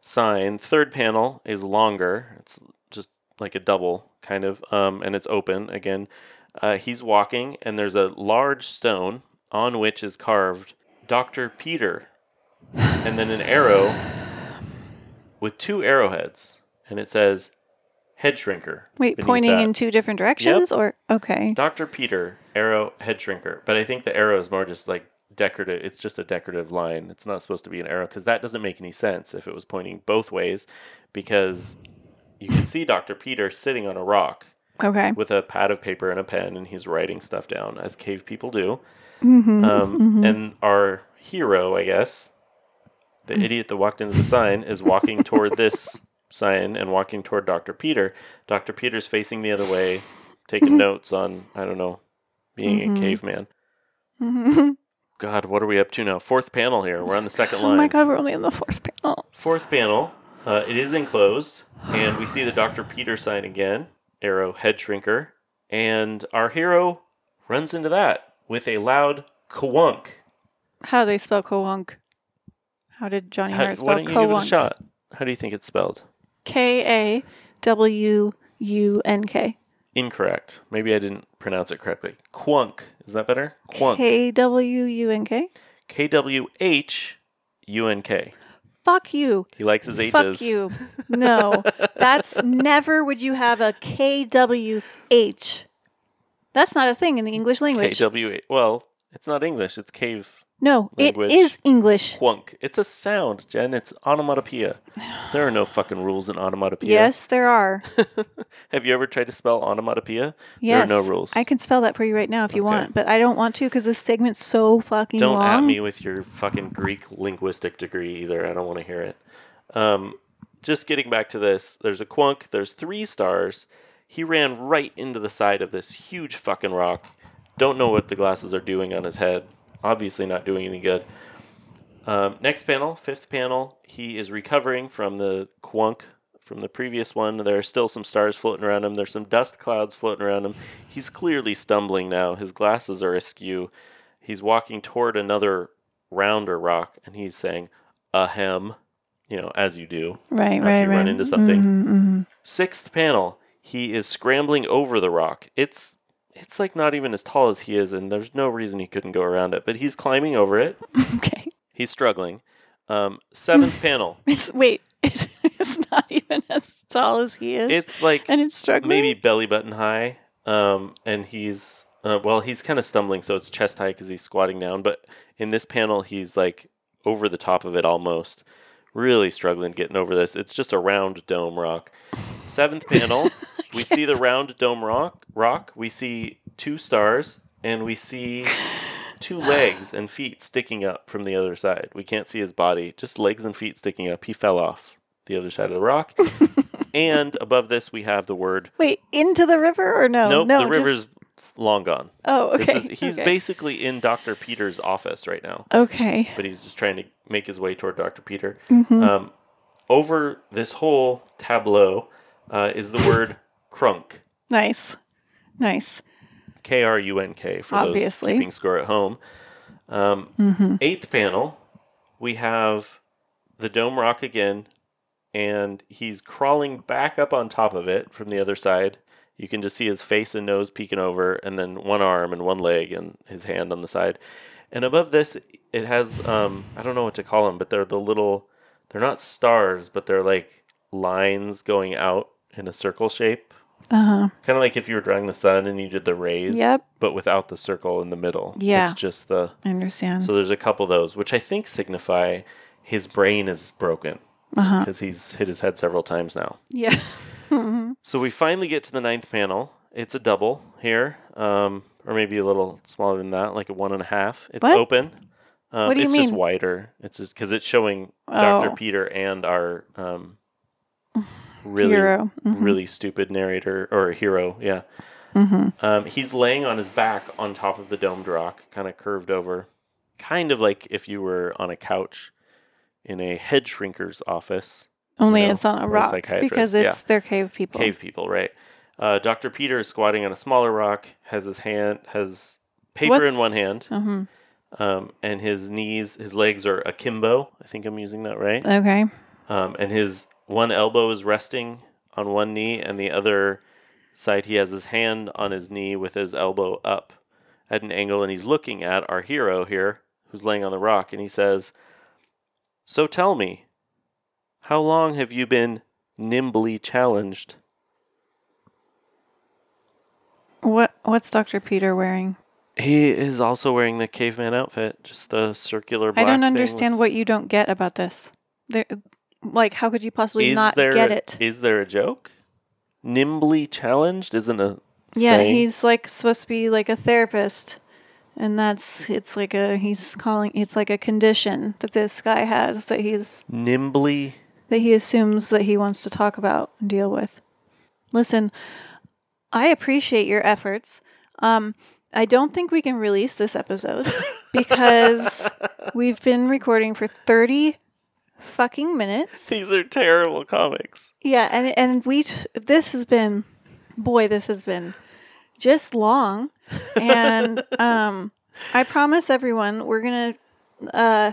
Speaker 1: sign. Third panel is longer. It's just like a double kind of, um, and it's open again. Uh, he's walking, and there's a large stone on which is carved Doctor Peter, and then an arrow with two arrowheads, and it says head shrinker.
Speaker 3: Wait,
Speaker 1: beneath
Speaker 3: pointing
Speaker 1: that.
Speaker 3: in two different directions, or okay,
Speaker 1: Dr. Peter, arrow, head shrinker. But I think the arrow is more just like decorative. It's just a decorative line. It's not supposed to be an arrow because that doesn't make any sense if it was pointing both ways because you can see Dr. Peter sitting on a rock
Speaker 3: okay.
Speaker 1: with a pad of paper and a pen and he's writing stuff down as cave people do.
Speaker 3: Mm-hmm,
Speaker 1: um, And our hero, I guess, the
Speaker 3: Mm.
Speaker 1: idiot that walked into the sign, is walking toward this sign and walking toward Dr. Peter. Dr. Peter's facing the other way, taking
Speaker 3: Mm-hmm.
Speaker 1: notes on, I don't know, being a caveman. God, what are we up to now? Fourth panel here. We're on the second line.
Speaker 3: Mm-hmm. Oh my God, we're only in the fourth panel.
Speaker 1: Fourth panel, uh, it is enclosed, and we see the Dr. Peter sign again, arrow head shrinker, and our hero runs into that with a loud kawunk.
Speaker 3: How do they spell co-wonk? How did Johnny
Speaker 1: How,
Speaker 3: Hart
Speaker 1: why
Speaker 3: spell
Speaker 1: don't you give it a
Speaker 3: co-wonk?
Speaker 1: shot? How do you think it's spelled?
Speaker 3: K A W U N K.
Speaker 1: Incorrect. Maybe I didn't pronounce it correctly. Quunk. Is that better? Quunk.
Speaker 3: K W U N K.
Speaker 1: K W H U N K.
Speaker 3: Fuck you.
Speaker 1: He likes his H's.
Speaker 3: Fuck you. No, that's never would you have a K W H. That's not a thing in the English
Speaker 1: K
Speaker 3: language.
Speaker 1: W H. Well, it's not English. It's cave
Speaker 3: No,
Speaker 1: Language.
Speaker 3: it is English.
Speaker 1: Quunk. It's a sound, Jen. It's onomatopoeia. There are no fucking rules in onomatopoeia.
Speaker 3: Yes, there are.
Speaker 1: Have you ever tried to spell onomatopoeia?
Speaker 3: Yes.
Speaker 1: There are no rules.
Speaker 3: I can spell that for you right now if you
Speaker 1: Okay.
Speaker 3: want, but I don't want to because this segment's so fucking
Speaker 1: Don't at
Speaker 3: long.
Speaker 1: me with your fucking Greek linguistic degree either. I don't want to hear it. Um, just getting back to this, there's a quunk, there's three stars. He ran right into the side of this huge fucking rock. Don't know what the glasses are doing on his head. Obviously, not doing any good. Um, next panel, fifth panel, he is recovering from the quunk from the previous one. There are still some stars floating around him. There's some dust clouds floating around him. He's clearly stumbling now. His glasses are askew. He's walking toward another rounder rock, and he's saying, ahem, you know, as you do
Speaker 3: Right,
Speaker 1: after
Speaker 3: right,
Speaker 1: you
Speaker 3: right.
Speaker 1: run into something.
Speaker 3: Mhm, mhm.
Speaker 1: Sixth panel, he is scrambling over the rock. It's it's like not even as tall as he is, and there's no reason he couldn't go around it. But he's climbing over it.
Speaker 3: Okay.
Speaker 1: He's struggling. Um, seventh panel.
Speaker 3: It's, wait, it's, it's not even as tall as he is.
Speaker 1: It's like
Speaker 3: and it's struggling.
Speaker 1: maybe belly button high. Um, and he's uh, well, he's kind of stumbling, so it's chest high because he's squatting down. But in this panel, he's like over the top of it almost. Really struggling getting over this. It's just a round dome rock. Seventh panel, we see the round dome rock. Rock. We see two stars, and we see two legs and feet sticking up from the other side. We can't see his body, just legs and feet sticking up. He fell off the other side of the rock. and above this, we have the word
Speaker 3: Wait, into the river or no?
Speaker 1: nope,
Speaker 3: Oh, no,
Speaker 1: the
Speaker 3: just-
Speaker 1: river's long gone.
Speaker 3: Oh, okay.
Speaker 1: This is, he's
Speaker 3: okay.
Speaker 1: basically in Dr. Peter's office right now,
Speaker 3: Okay.
Speaker 1: but he's just trying to make his way toward Dr. Peter.
Speaker 3: Mm-hmm.
Speaker 1: Um, over this whole tableau uh, is the word crunk,
Speaker 3: Nice. Nice.
Speaker 1: K R U N K, for
Speaker 3: Obviously. Mm-hmm.
Speaker 1: those keeping score at home. Um, Eighth panel, we have the dome rock again, and he's crawling back up on top of it from the other side. You can just see his face and nose peeking over, and then one arm and one leg and his hand on the side. And above this, it has um, I don't know what to call them, but they're the little they're not stars, but they're like lines going out in a circle shape. Uh-huh. Kind of like if you were drawing the sun and you did the rays,
Speaker 3: Yep.
Speaker 1: but without the circle in the middle.
Speaker 3: Yeah.
Speaker 1: It's just the
Speaker 3: I understand.
Speaker 1: so there's a couple of those, which I think signify his brain is broken because he's hit his head several times now.
Speaker 3: yeah.
Speaker 1: So we finally get to the ninth panel. It's a double here, um, or maybe a little smaller than that, like a one and a half. It's
Speaker 3: What?
Speaker 1: open. Um,
Speaker 3: What do you
Speaker 1: it's just
Speaker 3: mean?
Speaker 1: wider. It's just because it's showing
Speaker 3: Oh.
Speaker 1: Dr. Peter and our um, really,
Speaker 3: Hero. Mm-hmm.
Speaker 1: really stupid narrator or hero. Yeah.
Speaker 3: Mm-hmm.
Speaker 1: Um, he's laying on his back on top of the domed rock, kind of curved over, kind of like if you were on a couch in a head shrinker's office.
Speaker 3: Only
Speaker 1: know,
Speaker 3: it's on a
Speaker 1: or a
Speaker 3: rock
Speaker 1: psychiatrist,
Speaker 3: because it's they're cave people.
Speaker 1: cave people, right? Uh, Dr. Peter is squatting on a smaller rock, has his hand, has paper
Speaker 3: What-
Speaker 1: in one hand,
Speaker 3: Mhm.
Speaker 1: um, and his knees, his legs are akimbo. I think I'm using that right.
Speaker 3: Okay.
Speaker 1: Um, and his one elbow is resting on one knee, and the other side, he has his hand on his knee with his elbow up at an angle, and he's looking at our hero here, who's laying on the rock, and he says, So tell me, how long have you been nimbly challenged?
Speaker 3: What what's Dr. Peter wearing?
Speaker 1: He is also wearing the caveman outfit, just the circular. Black
Speaker 3: I don't
Speaker 1: thing
Speaker 3: understand
Speaker 1: with-
Speaker 3: what you don't get about this. There, like, how could you possibly
Speaker 1: Is
Speaker 3: not
Speaker 1: there
Speaker 3: get
Speaker 1: a-
Speaker 3: it?
Speaker 1: Is there a joke? Nimbly challenged isn't a
Speaker 3: yeah,
Speaker 1: saying.
Speaker 3: he's like supposed to be like a therapist, and that's it's like a he's calling it's like a condition that this guy has that he's
Speaker 1: nimbly.
Speaker 3: that he assumes that he wants to talk about and deal with. Listen, I appreciate your efforts. Um, I don't think we can release this episode because we've been recording for 30 fucking minutes.
Speaker 1: These are terrible comics.
Speaker 3: Yeah, and and we t- this has been boy, this has been just long. And um I promise everyone we're going to uh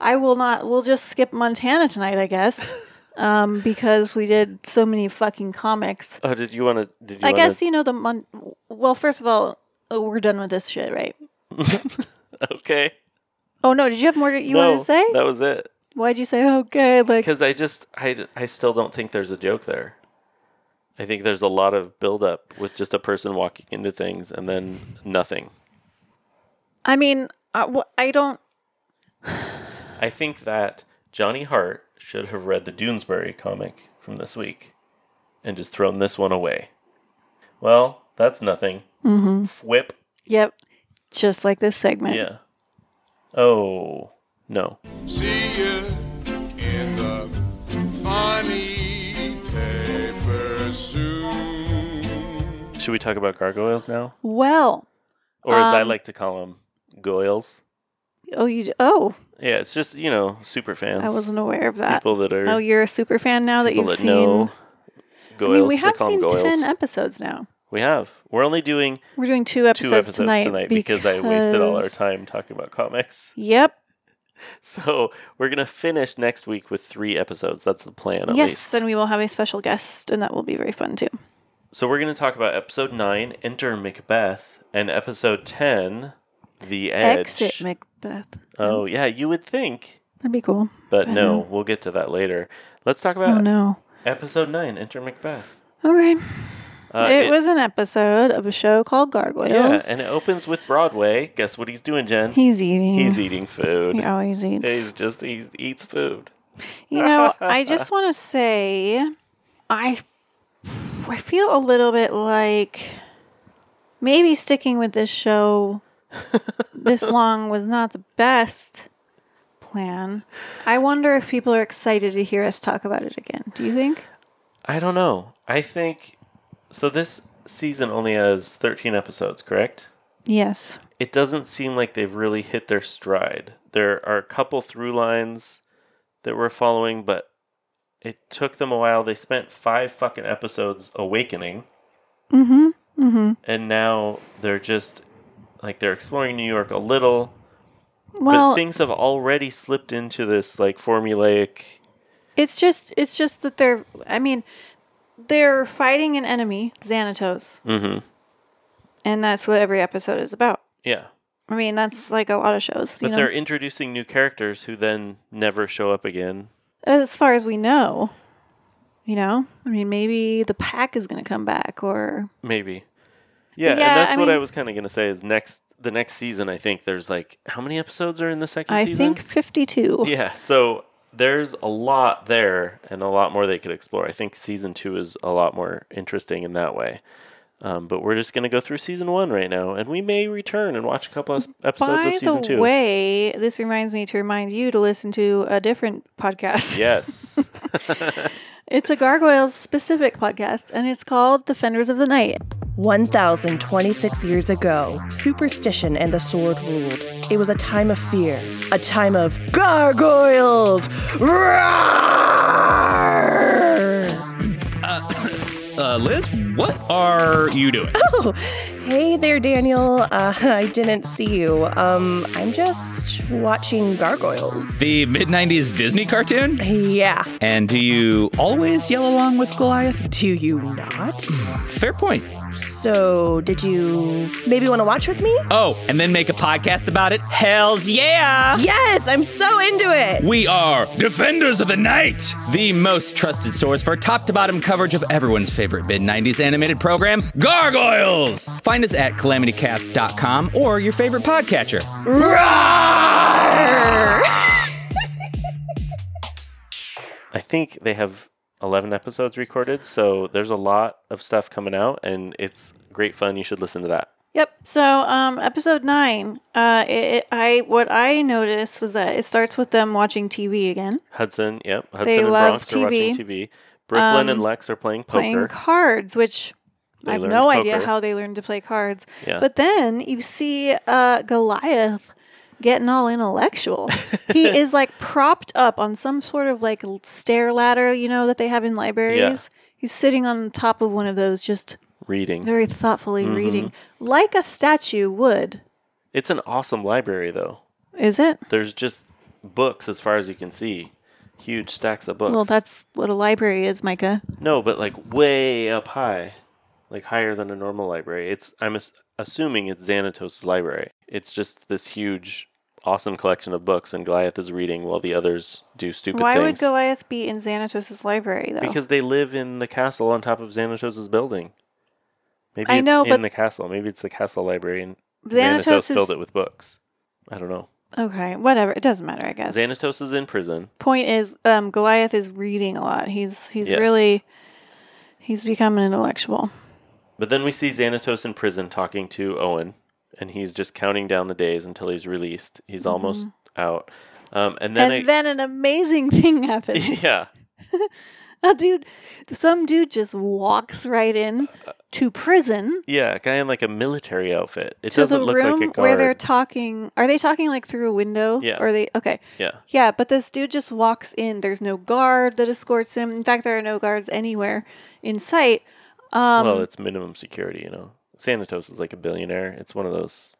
Speaker 3: I will not we'll just skip Montana tonight, I guess. Um because we did so many fucking comics.
Speaker 1: Oh, did you want to? Did you?
Speaker 3: I
Speaker 1: wanna,
Speaker 3: guess you know the mon- well, first of all, uh, we're done with this shit, right?
Speaker 1: Okay.
Speaker 3: Oh no, did you have more that you
Speaker 1: no,
Speaker 3: wanted to say?
Speaker 1: that was it.
Speaker 3: Why'd you say okay? Like
Speaker 1: Because I just, I, I still don't think there's a joke there. I think there's a lot of buildup with just a person walking into things and then nothing.
Speaker 3: I mean, I, uh, wh- I don't.
Speaker 1: I think that Johnny Hart should have read the Doonesbury comic from this week and just thrown this one away. Well, that's nothing. Mm-hmm. Fwip.
Speaker 3: Yep. Just like this segment.
Speaker 1: Yeah. Oh, no.
Speaker 6: See you in the funny paper soon.
Speaker 1: Should we talk about gargoyles now?
Speaker 3: Well,
Speaker 1: Or as I
Speaker 3: Um,
Speaker 1: like to call them, goyles.
Speaker 3: oh, you, d- oh,
Speaker 1: Yeah, it's just, you know, super fans.
Speaker 3: I wasn't aware of that.
Speaker 1: people that are
Speaker 3: Oh, you're a super fan now that
Speaker 1: people
Speaker 3: you've
Speaker 1: that
Speaker 3: seen.
Speaker 1: know
Speaker 3: I
Speaker 1: goyles.
Speaker 3: mean, we
Speaker 1: They
Speaker 3: have
Speaker 1: call 'em
Speaker 3: seen
Speaker 1: goyles.
Speaker 3: ten episodes now.
Speaker 1: We have. We're only doing
Speaker 3: We're doing two episodes,
Speaker 1: two episodes tonight, because, I wasted all our
Speaker 3: because-
Speaker 1: time talking about comics.
Speaker 3: Yep.
Speaker 1: So we're gonna finish next week with three episodes. That's the plan, at
Speaker 3: yes,
Speaker 1: least.
Speaker 3: and we will have a special guest, and that will be very fun too.
Speaker 1: so we're gonna talk about episode nine, Enter Macbeth, and episode ten, The Edge.
Speaker 3: Exit Macbeth.
Speaker 1: oh yeah, you would think,
Speaker 3: That'd be cool.
Speaker 1: but
Speaker 3: I
Speaker 1: no,
Speaker 3: know.
Speaker 1: we'll get to that later. Let's talk
Speaker 3: Uh-huh. Oh
Speaker 1: about
Speaker 3: no.
Speaker 1: episode nine, Enter Macbeth.
Speaker 3: Okay.
Speaker 1: Uh,
Speaker 3: it, was an episode of a show called Gargoyles.
Speaker 1: yeah, and it opens with Broadway. Guess what he's doing, Jen?
Speaker 3: he's eating.
Speaker 1: He's eating food.
Speaker 3: He always eats.
Speaker 1: He's just he eats food.
Speaker 3: You know, I just want to say, I, I feel a little bit like maybe sticking with this show this long was not the best plan. I wonder if people are excited to hear us talk about it again. Do you think?
Speaker 1: I don't know. I think so. This season only has thirteen episodes, correct?
Speaker 3: Yes.
Speaker 1: It doesn't seem like they've really hit their stride. There are a couple through lines that we're following, but it took them a while. They spent five fucking episodes awakening,
Speaker 3: Mm-hmm. Mm-hmm.
Speaker 1: and now they're just like they're exploring New York a little,
Speaker 3: Well,
Speaker 1: but things have already slipped into this like formulaic.
Speaker 3: It's just it's just that they're I mean they're fighting an enemy, Xanatos,
Speaker 1: Mm-hmm.
Speaker 3: and that's what every episode is about.
Speaker 1: Yeah,
Speaker 3: I mean, that's like a lot of shows,
Speaker 1: but
Speaker 3: you know.
Speaker 1: they're introducing new characters who then never show up again.
Speaker 3: As far as we know, you know, I mean, maybe the pack is going to come back or
Speaker 1: Maybe. Yeah, and
Speaker 3: yeah,
Speaker 1: that's
Speaker 3: I
Speaker 1: what I
Speaker 3: mean-
Speaker 1: was kind of going to say is next the next season I think there's like how many episodes are in the second
Speaker 3: I
Speaker 1: season?
Speaker 3: think 52.
Speaker 1: Yeah, so there's a lot there and a lot more they could explore. I think season 2 is a lot more interesting in that way. Um, but we're just going to go through season 1 right now and we may return and watch a couple of episodes
Speaker 3: By
Speaker 1: of season
Speaker 3: the
Speaker 1: 2.
Speaker 3: way, this reminds me to remind you to listen to a different podcast.
Speaker 1: Yes.
Speaker 3: It's a Gargoyles specific podcast, and it's called Defenders of the Night.
Speaker 7: 1,026 years ago, superstition and the sword ruled. It was a time of fear, a time of gargoyles! Roar!
Speaker 8: Uh, Liz, what are you doing?
Speaker 7: Hey there, Daniel. Uh, I didn't see you. Um, I'm just watching gargoyles.
Speaker 8: the mid 90s Disney cartoon?
Speaker 7: Yeah.
Speaker 8: And do you always yell along with Goliath?
Speaker 7: Do you not?
Speaker 8: Fair point.
Speaker 7: So, did you maybe want to watch with me?
Speaker 8: Oh, and then make a podcast about it? Hells yeah!
Speaker 7: Yes, I'm so into it.
Speaker 8: We are Defenders of the Night, the most trusted source for top to bottom coverage of everyone's favorite mid 90s animated program, Gargoyles! Find us at calamitycast.com or your favorite podcatcher.
Speaker 1: I think they have 11 episodes recorded, so there's a lot of stuff coming out and it's great fun. You should listen to that.
Speaker 3: Yep. So, um, episode nine. Uh, it, it, I what I noticed was that it starts with them watching TV again,
Speaker 1: Hudson, yep. Hudson
Speaker 3: They
Speaker 1: and
Speaker 3: love Um,
Speaker 1: Bronx are watching TV. Brooklyn and Lex are playing
Speaker 3: playing
Speaker 1: poker.
Speaker 3: cards, which
Speaker 1: They
Speaker 3: I have
Speaker 1: learned
Speaker 3: no idea
Speaker 1: poker.
Speaker 3: how they learned to play cards.
Speaker 1: Yeah.
Speaker 3: But then you see uh, Goliath getting all intellectual. he is like propped up on some sort of like l- stair ladder, you know, that they have in libraries. He's sitting on top of one of those, just
Speaker 1: Reading.
Speaker 3: very thoughtfully
Speaker 1: Mm-hmm.
Speaker 3: reading, like a statue would.
Speaker 1: It's an awesome library, though.
Speaker 3: Is it?
Speaker 1: There's just books as far as you can see. Huge stacks of books.
Speaker 3: Well, that's what a library is, Micah.
Speaker 1: no, but like way up high, like higher than a normal library. It's I'm as- assuming it's Xanatos' library. It's just this huge, awesome collection of books, and Goliath is reading while the others do stupid
Speaker 3: Why would
Speaker 1: things.
Speaker 3: Goliath be in Xanatos' library, though?
Speaker 1: because they live in the castle on top of Xanatos' building. Maybe
Speaker 3: I
Speaker 1: it's
Speaker 3: know,
Speaker 1: in
Speaker 3: but-
Speaker 1: the castle. Maybe it's the castle library, and
Speaker 3: Xanatos
Speaker 1: Xanatos, filled
Speaker 3: is-
Speaker 1: it with books. I don't know.
Speaker 3: Okay, whatever. It doesn't matter, I guess.
Speaker 1: Xanatos is in prison.
Speaker 3: Point is, um, Goliath is reading a lot. He's he's
Speaker 1: Yes.
Speaker 3: really he's become an intellectual.
Speaker 1: But then we see Xanatos in prison talking to Owen, and he's just counting down the days until he's released. He's almost out. Um, and then,
Speaker 3: Mm-hmm. and
Speaker 1: I,
Speaker 3: then an amazing thing happens.
Speaker 1: yeah,
Speaker 3: A dude, some dude just walks right in to prison
Speaker 1: yeah, a guy in like a military outfit. It
Speaker 3: to
Speaker 1: doesn't
Speaker 3: the
Speaker 1: look
Speaker 3: room
Speaker 1: like a
Speaker 3: where they're
Speaker 1: guard.
Speaker 3: talking. Are they talking like through a window?
Speaker 1: Yeah.
Speaker 3: Or are they okay?
Speaker 1: yeah,
Speaker 3: Yeah, but this dude just walks in. There's no guard that escorts him. In fact, there are no guards anywhere in sight.
Speaker 1: well, it's minimum security, you know. Xanatos is like a billionaire. It's one of those,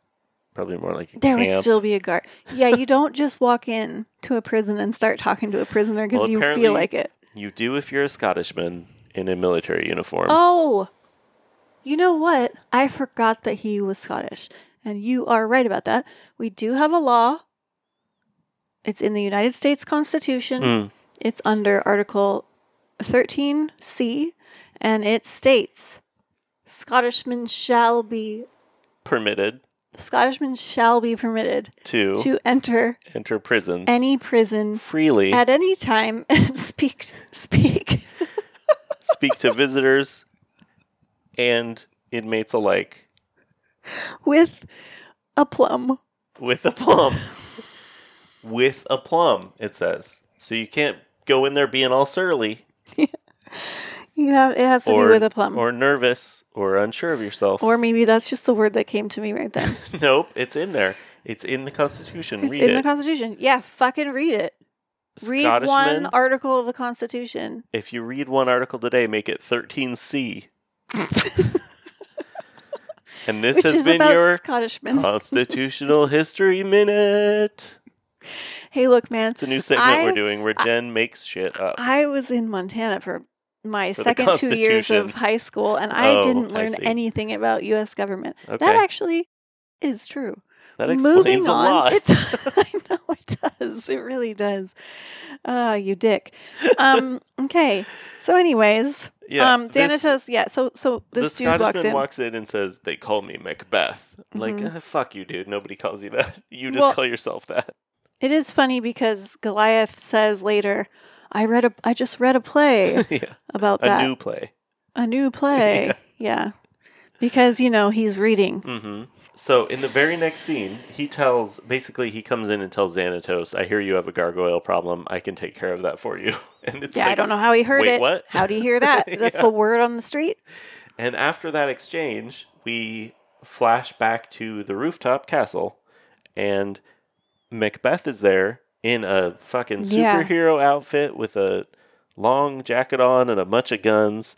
Speaker 1: probably more like a
Speaker 3: There
Speaker 1: camp.
Speaker 3: would still be a guard. Yeah, you don't just walk in to a prison and start talking to a prisoner because
Speaker 1: Well,
Speaker 3: you
Speaker 1: apparently-
Speaker 3: feel like it.
Speaker 1: you do if you're a Scottishman in a military uniform.
Speaker 3: Oh, you know what? I forgot that he was Scottish, and you are right about that. We do have a law. It's in the United States Constitution.
Speaker 1: Hmm.
Speaker 3: It's under Article 13C, and it states Scottishmen shall be
Speaker 1: Permitted
Speaker 3: Scottishmen shall be permitted
Speaker 1: to,
Speaker 3: to enter
Speaker 1: enter prisons
Speaker 3: any prison
Speaker 1: freely,
Speaker 3: at any time and speak speak
Speaker 1: speak to visitors and inmates alike
Speaker 3: with aplomb.
Speaker 1: with a plum. with a plum, it says. So you can't go in there being all surly
Speaker 3: You have it has to
Speaker 1: or,
Speaker 3: be with aplomb.
Speaker 1: or nervous or unsure of yourself.
Speaker 3: Or maybe that's just the word that came to me right then.
Speaker 1: nope, it's in there. It's in the Constitution.
Speaker 3: it's
Speaker 1: Read
Speaker 3: in
Speaker 1: it.
Speaker 3: the Constitution. Yeah, fucking read it. Read
Speaker 1: Scottishman,
Speaker 3: one article of the Constitution.
Speaker 1: if you read one article today, make it 13C. and this
Speaker 3: Which
Speaker 1: has
Speaker 3: is
Speaker 1: been
Speaker 3: about
Speaker 1: your uh,
Speaker 3: Scottishmen.
Speaker 1: Constitutional History Minute.
Speaker 3: hey, look, man.
Speaker 1: It's a new segment
Speaker 3: I,
Speaker 1: we're doing where Jen makes shit up.
Speaker 3: I was in Montana for my
Speaker 1: For the
Speaker 3: second two years of
Speaker 1: Constitution.
Speaker 3: high school, and I
Speaker 1: Oh,
Speaker 3: didn't
Speaker 1: I
Speaker 3: learn
Speaker 1: see.
Speaker 3: anything about U.S. government. That
Speaker 1: Okay.
Speaker 3: actually is true.
Speaker 1: that explains a lot.
Speaker 3: It, I know it does. It really does. Ah, you dick. Um, okay. So, anyways,
Speaker 1: Yeah,
Speaker 3: um,
Speaker 1: this-
Speaker 3: Danatos. yeah. So, so this
Speaker 1: the
Speaker 3: dude walks
Speaker 1: Scottishman
Speaker 3: in. Mm-hmm.
Speaker 1: walks in and says, "They call me Macbeth." I'm Like, "Ah, fuck you, dude. Nobody calls you that. You just
Speaker 3: Well-
Speaker 1: call yourself that.
Speaker 3: it is funny because Goliath says later, "I read a. I just read a play
Speaker 1: yeah,
Speaker 3: about
Speaker 1: a
Speaker 3: that.
Speaker 1: new play."
Speaker 3: A new play. yeah. Because you know he's reading.
Speaker 1: Mm, So in the very next scene, he tells basically he comes in and tells Xanatos, "I hear you have a gargoyle problem. I can take care of that for you." And it's
Speaker 3: Yeah, I
Speaker 1: like-
Speaker 3: don't know how he heard
Speaker 1: wait,
Speaker 3: it.
Speaker 1: what?
Speaker 3: How do you hear that? That's the word on the street.
Speaker 1: And after that exchange, we flash back to the rooftop castle, and Macbeth is there in a fucking
Speaker 3: Yeah.
Speaker 1: superhero outfit with a long jacket on and a bunch of guns.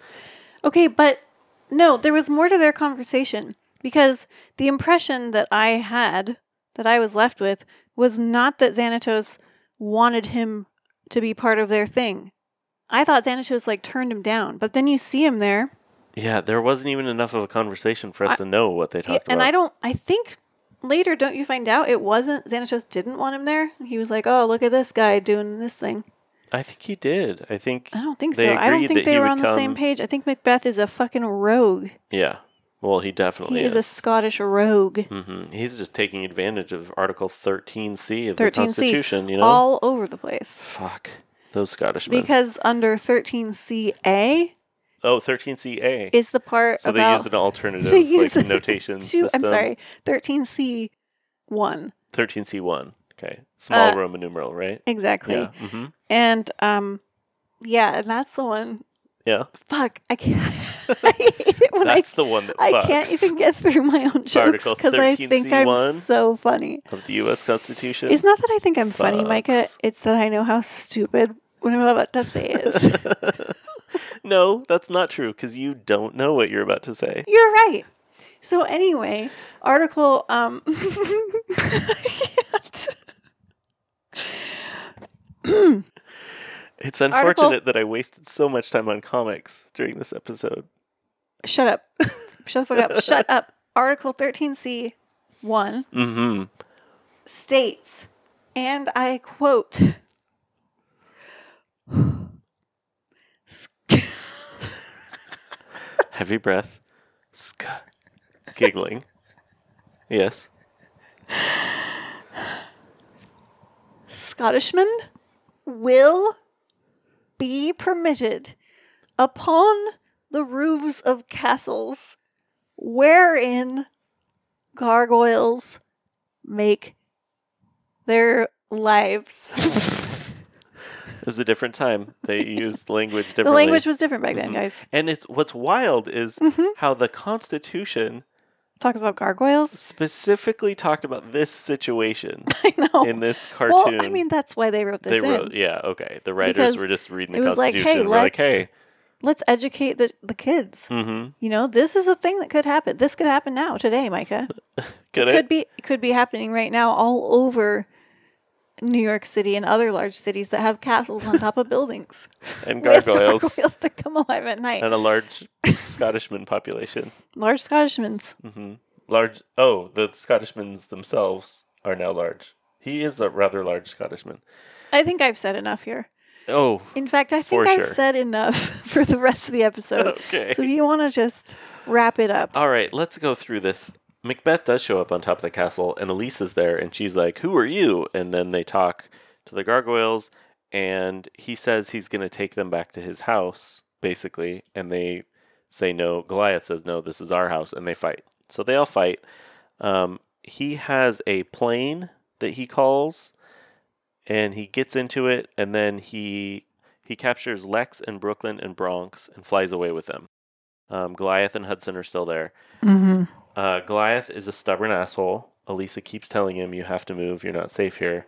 Speaker 3: Okay, but no, there was more to their conversation because the impression that I had, that I was left with, was not that Xanatos wanted him to be part of their thing. I thought Xanatos like turned him down, but then you see him there,
Speaker 1: Yeah, there wasn't even enough of a conversation for us to know what they
Speaker 3: he-
Speaker 1: talked
Speaker 3: and
Speaker 1: about.
Speaker 3: I don't. I think later, don't you find out it wasn't Xanatos didn't want him there? He was like, "Oh, look at this guy doing this thing."
Speaker 1: I think he did. I think
Speaker 3: I don't think
Speaker 1: they
Speaker 3: so. I don't
Speaker 1: agreed
Speaker 3: think
Speaker 1: that he
Speaker 3: they were
Speaker 1: would
Speaker 3: on the same
Speaker 1: come-
Speaker 3: page. I think Macbeth is a fucking rogue.
Speaker 1: Yeah. Well, he definitely
Speaker 3: He
Speaker 1: is.
Speaker 3: is a Scottish rogue.
Speaker 1: Mhm. He's just taking advantage of Article 13C of the
Speaker 3: 13C
Speaker 1: Constitution, you know?
Speaker 3: all over the place
Speaker 1: Fuck. Those Scottish men.
Speaker 3: because under 13CA
Speaker 1: oh, 13CA.
Speaker 3: is the part
Speaker 1: So they
Speaker 3: about
Speaker 1: use an alternative
Speaker 3: They use
Speaker 1: like
Speaker 3: it
Speaker 1: notation
Speaker 3: to-
Speaker 1: system.
Speaker 3: I'm sorry, 13C one
Speaker 1: 13C1. Okay. Small
Speaker 3: Uh,
Speaker 1: Roman numeral, right?
Speaker 3: exactly,
Speaker 1: Yeah. hmm
Speaker 3: and um, yeah, and that's the one.
Speaker 1: Yeah.
Speaker 3: Fuck, I can't. I hate it when I,
Speaker 1: That's the one that
Speaker 3: I
Speaker 1: fucks
Speaker 3: can't even get through my own jokes
Speaker 1: Article
Speaker 3: because I think I'm
Speaker 1: 13C1.
Speaker 3: so funny.
Speaker 1: of the U.S. Constitution.
Speaker 3: It's not that I think I'm funny, Micah.
Speaker 1: Fucks.
Speaker 3: It's that I know how stupid what I'm about to say is.
Speaker 1: no, that's not true because you don't know what you're about to say.
Speaker 3: You're right. So anyway, article um
Speaker 1: It's
Speaker 3: Article-
Speaker 1: unfortunate that I wasted so much time on comics during this episode.
Speaker 3: shut up. Shut the fuck up. Shut up. Article 13C 1 states and I quote
Speaker 1: Heavy breath. Sk- giggling. Yes.
Speaker 3: Scottishman will be permitted upon the roofs of castles wherein gargoyles make their lives.
Speaker 1: It was a different time. They used language differently. Mm-hmm.
Speaker 3: the language was Mm-hmm. different back then, guys.
Speaker 1: And it's what's wild is how the Constitution
Speaker 3: Talks about gargoyles.
Speaker 1: specifically talked about this situation
Speaker 3: I know.
Speaker 1: in this
Speaker 3: well,
Speaker 1: cartoon.
Speaker 3: I mean, that's why they wrote
Speaker 1: they
Speaker 3: this in.
Speaker 1: wrote, yeah, okay. The writers
Speaker 3: Because
Speaker 1: were just reading the
Speaker 3: it was like,
Speaker 1: Constitution.
Speaker 3: hey,
Speaker 1: We're like,
Speaker 3: let's-
Speaker 1: hey,
Speaker 3: Let's educate the, the kids.
Speaker 1: mhm,
Speaker 3: You know, this is a thing that could happen. This could happen now, today, Micah.
Speaker 1: could
Speaker 3: could
Speaker 1: it?
Speaker 3: be it could be happening right now all over New York City and other large cities that have castles on top of buildings
Speaker 1: and
Speaker 3: with
Speaker 1: gargoyles,
Speaker 3: gargoyles that come alive at night.
Speaker 1: and a large Scottishman population.
Speaker 3: Large Scottishmans.
Speaker 1: Mm. Large. Oh, the Scottishmans themselves are now large. He is a rather large Scottishman.
Speaker 3: I think I've said enough here.
Speaker 1: Oh,
Speaker 3: In fact, I
Speaker 1: For
Speaker 3: think I've
Speaker 1: sure.
Speaker 3: said enough for the rest of the episode.
Speaker 1: Okay.
Speaker 3: So if you want to just wrap it up,
Speaker 1: all right. Let's go through this. Macbeth does show up on top of the castle, and Elise is there, and she's like, "Who are you?" And then they talk to the gargoyles, and he says he's going to take them back to his house, basically. And they say no. Goliath says no. This is our house, and they fight. So they all fight. Um, he has a plane that he calls, and he gets into it, and then he he captures Lex and Brooklyn and Bronx and flies away with them. Um, Goliath and Hudson are still there. Uh, Goliath is a stubborn asshole. Elisa keeps telling him, "You have to move. You're not safe here,"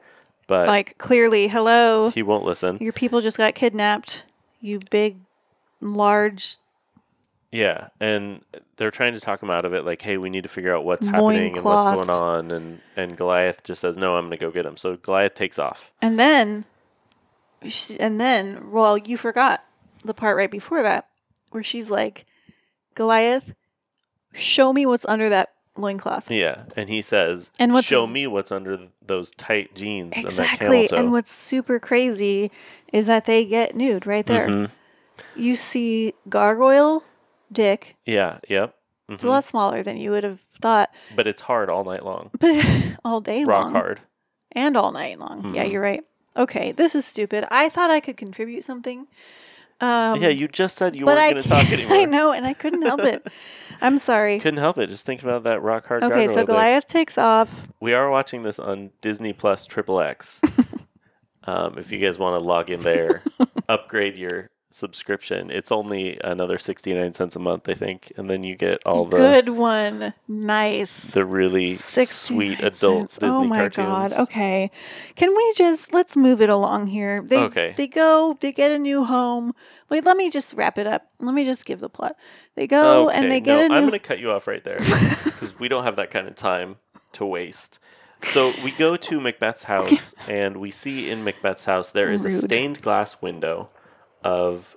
Speaker 1: but
Speaker 3: like clearly, hello,
Speaker 1: he won't listen.
Speaker 3: your people just got kidnapped. You big, large
Speaker 1: Yeah, and they're trying to talk him out of it. Like, hey, we need to figure out what's happening and what's going
Speaker 3: Loincloth.
Speaker 1: on. And and Goliath just says, "No, I'm going to go get him." So Goliath takes off.
Speaker 3: And then, she- and then, well, you forgot the part right before that where she's like, Goliath, show me what's under that loincloth.
Speaker 1: Yeah, and he says,
Speaker 3: And what's-
Speaker 1: show me what's under th- those tight jeans and that camel
Speaker 3: Exactly.
Speaker 1: toe."
Speaker 3: And what's super crazy is that they get nude right there.
Speaker 1: Mm-hmm.
Speaker 3: You see gargoyle dick.
Speaker 1: yeah, yep.
Speaker 3: It's a
Speaker 1: Mm-hmm.
Speaker 3: lot smaller than you would have thought,
Speaker 1: But it's hard all night long,
Speaker 3: but all day
Speaker 1: rock
Speaker 3: long.
Speaker 1: hard.
Speaker 3: and all night long. Yeah,
Speaker 1: Mm-hmm.
Speaker 3: you're right. Okay, this is stupid. I thought I could contribute something. Um,
Speaker 1: yeah, you just said you
Speaker 3: but
Speaker 1: weren't
Speaker 3: I
Speaker 1: going to talk
Speaker 3: can't-
Speaker 1: anymore.
Speaker 3: I know, and I couldn't help it. I'm sorry.
Speaker 1: Couldn't help it. Just think about that rock hard.
Speaker 3: okay,
Speaker 1: gargoyle
Speaker 3: so
Speaker 1: dick.
Speaker 3: Goliath takes off.
Speaker 1: We are watching this on Disney Plus Triple X. um, if you guys want to log in there, upgrade your subscription. It's only another sixty nine cents a month, I think, and then you get all the
Speaker 3: Good one. Nice.
Speaker 1: the really
Speaker 3: 69
Speaker 1: sweet adult
Speaker 3: cents.
Speaker 1: Disney
Speaker 3: Oh my
Speaker 1: cartoons.
Speaker 3: god. Okay. Can we just let's move it along here? They
Speaker 1: Okay.
Speaker 3: they go, they get a new home. Wait, let me just wrap it up. Let me just give the plot. They go
Speaker 1: Okay,
Speaker 3: and they
Speaker 1: no,
Speaker 3: get a
Speaker 1: I'm
Speaker 3: new
Speaker 1: going to cut you off right there because we don't have that kind of time to waste. So we go to Macbeth's house, and we see in Macbeth's house there is a
Speaker 3: Rude.
Speaker 1: stained glass window of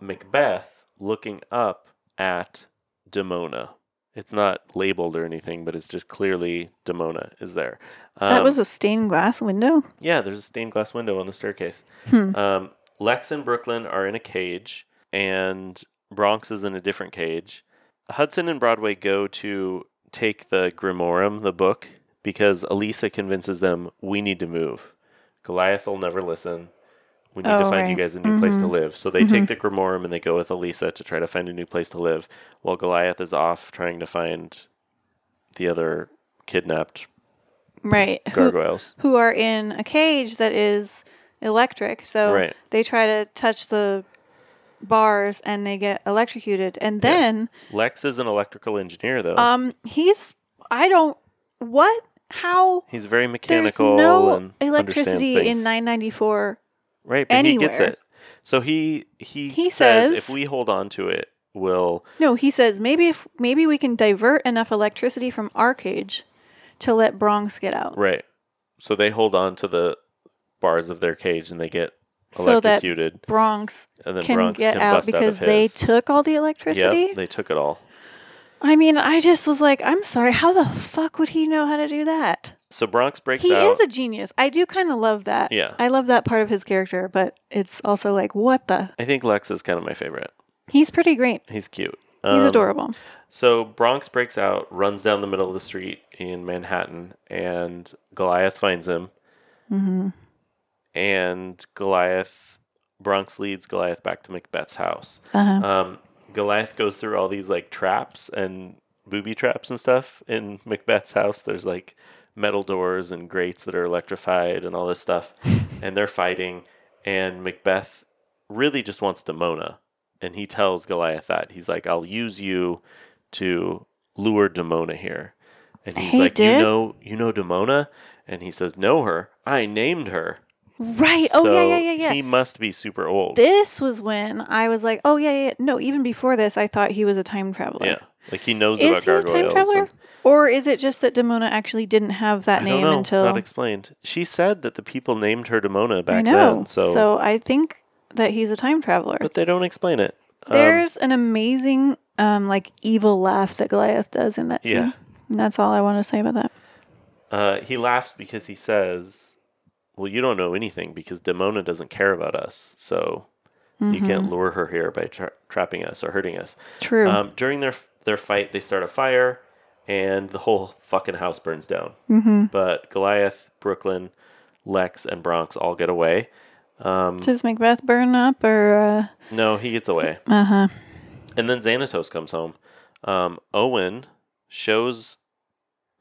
Speaker 1: Macbeth looking up at Demona. It's not labeled or anything, but it's just clearly Demona is there. Um,
Speaker 3: That was a stained glass window.
Speaker 1: yeah, there's a stained glass window on the staircase.
Speaker 3: Hmm.
Speaker 1: Um, Lex and Brooklyn are in a cage, and Bronx is in a different cage. Hudson and Broadway go to take the Grimorum, the book, because Elisa convinces them we need to move. Goliath will never listen. We need to
Speaker 3: Oh,
Speaker 1: find you
Speaker 3: right. Mm-hmm.
Speaker 1: guys a new place to live. So they take the Grimorum and they go with Elisa to try to find a new place to live, while Goliath is off trying to find the other kidnapped
Speaker 3: Hmm. Right. Who-
Speaker 1: gargoyles.
Speaker 3: who are in a cage that is electric. So
Speaker 1: Right.
Speaker 3: they try to touch the bars and they get electrocuted. And then
Speaker 1: Lex is an electrical engineer, though.
Speaker 3: um he's I don't what how
Speaker 1: He's very
Speaker 3: there's
Speaker 1: mechanical.
Speaker 3: no
Speaker 1: and
Speaker 3: electricity
Speaker 1: understands
Speaker 3: in
Speaker 1: things.
Speaker 3: 994.
Speaker 1: right, but he gets
Speaker 3: anywhere.
Speaker 1: it. So he he
Speaker 3: He
Speaker 1: says,
Speaker 3: says-
Speaker 1: if we hold on to it, we'll
Speaker 3: No, he says maybe if maybe we can divert enough electricity from our cage to let Bronx get out.
Speaker 1: right. So they hold on to the bars of their cage and they get
Speaker 3: So that-
Speaker 1: electrocuted,
Speaker 3: Bronx
Speaker 1: and then
Speaker 3: can
Speaker 1: Bronx
Speaker 3: get
Speaker 1: can
Speaker 3: out
Speaker 1: bust
Speaker 3: because
Speaker 1: out of
Speaker 3: they
Speaker 1: his.
Speaker 3: took all the electricity.
Speaker 1: Yep, they took it all.
Speaker 3: I mean, I just was like, I'm sorry, how the fuck would he know how to do that?
Speaker 1: So Bronx breaks
Speaker 3: He
Speaker 1: out.
Speaker 3: is a genius. I do kind of love that.
Speaker 1: Yeah.
Speaker 3: I love that part of his character, but it's also like, what the?
Speaker 1: I think Lex is kind of my favorite.
Speaker 3: He's pretty great.
Speaker 1: He's cute.
Speaker 3: He's
Speaker 1: Um,
Speaker 3: adorable.
Speaker 1: So Bronx breaks out, runs down the middle of the street in Manhattan, and Goliath finds him. and Goliath Bronx leads Goliath back to Macbeth's house.
Speaker 3: Uh-huh.
Speaker 1: Um, Goliath goes through all these like traps and booby traps and stuff in Macbeth's house. There's like metal doors and grates that are electrified and all this stuff, and they're fighting. And Macbeth really just wants to Mona, and he tells Goliath that he's like, "I'll use you to lure Demona here." And he's
Speaker 3: He
Speaker 1: like,
Speaker 3: did?
Speaker 1: "You know, you know Demona," and he says, "Know her? I named her."
Speaker 3: Right. Oh yeah, yeah, yeah, yeah.
Speaker 1: He must be super old.
Speaker 3: this was when I was like, oh yeah, yeah. yeah. No, even before this, I thought he was a time traveler.
Speaker 1: yeah, like he knows
Speaker 3: Is he a
Speaker 1: about
Speaker 3: time
Speaker 1: gargoyles.
Speaker 3: traveler?
Speaker 1: and-
Speaker 3: Or is it just that Demona actually didn't have that
Speaker 1: I
Speaker 3: name
Speaker 1: don't know.
Speaker 3: until
Speaker 1: Not explained. She said that the people named her Demona
Speaker 3: I
Speaker 1: back
Speaker 3: know?
Speaker 1: then. So,
Speaker 3: I think that he's a time traveler.
Speaker 1: but they don't explain it. Um,
Speaker 3: There's an amazing, um, like evil laugh that Goliath does in that scene.
Speaker 1: Yeah.
Speaker 3: And that's all I want to say about that.
Speaker 1: uh, he laughs because he says, "Well, you don't know anything because Demona doesn't care about us. So you
Speaker 3: Mm-hmm.
Speaker 1: can't lure her here by tra- trapping us or hurting us."
Speaker 3: True.
Speaker 1: Um, during their their fight, they start a fire, and the whole fucking house burns down.
Speaker 3: Mm-hmm.
Speaker 1: But Goliath, Brooklyn, Lex, and Bronx all get away.
Speaker 3: Does Macbeth burn up or? Uh,
Speaker 1: No, he gets away. Uh huh.
Speaker 3: Uh-huh.
Speaker 1: And then Xanatos comes home. Um, Owen shows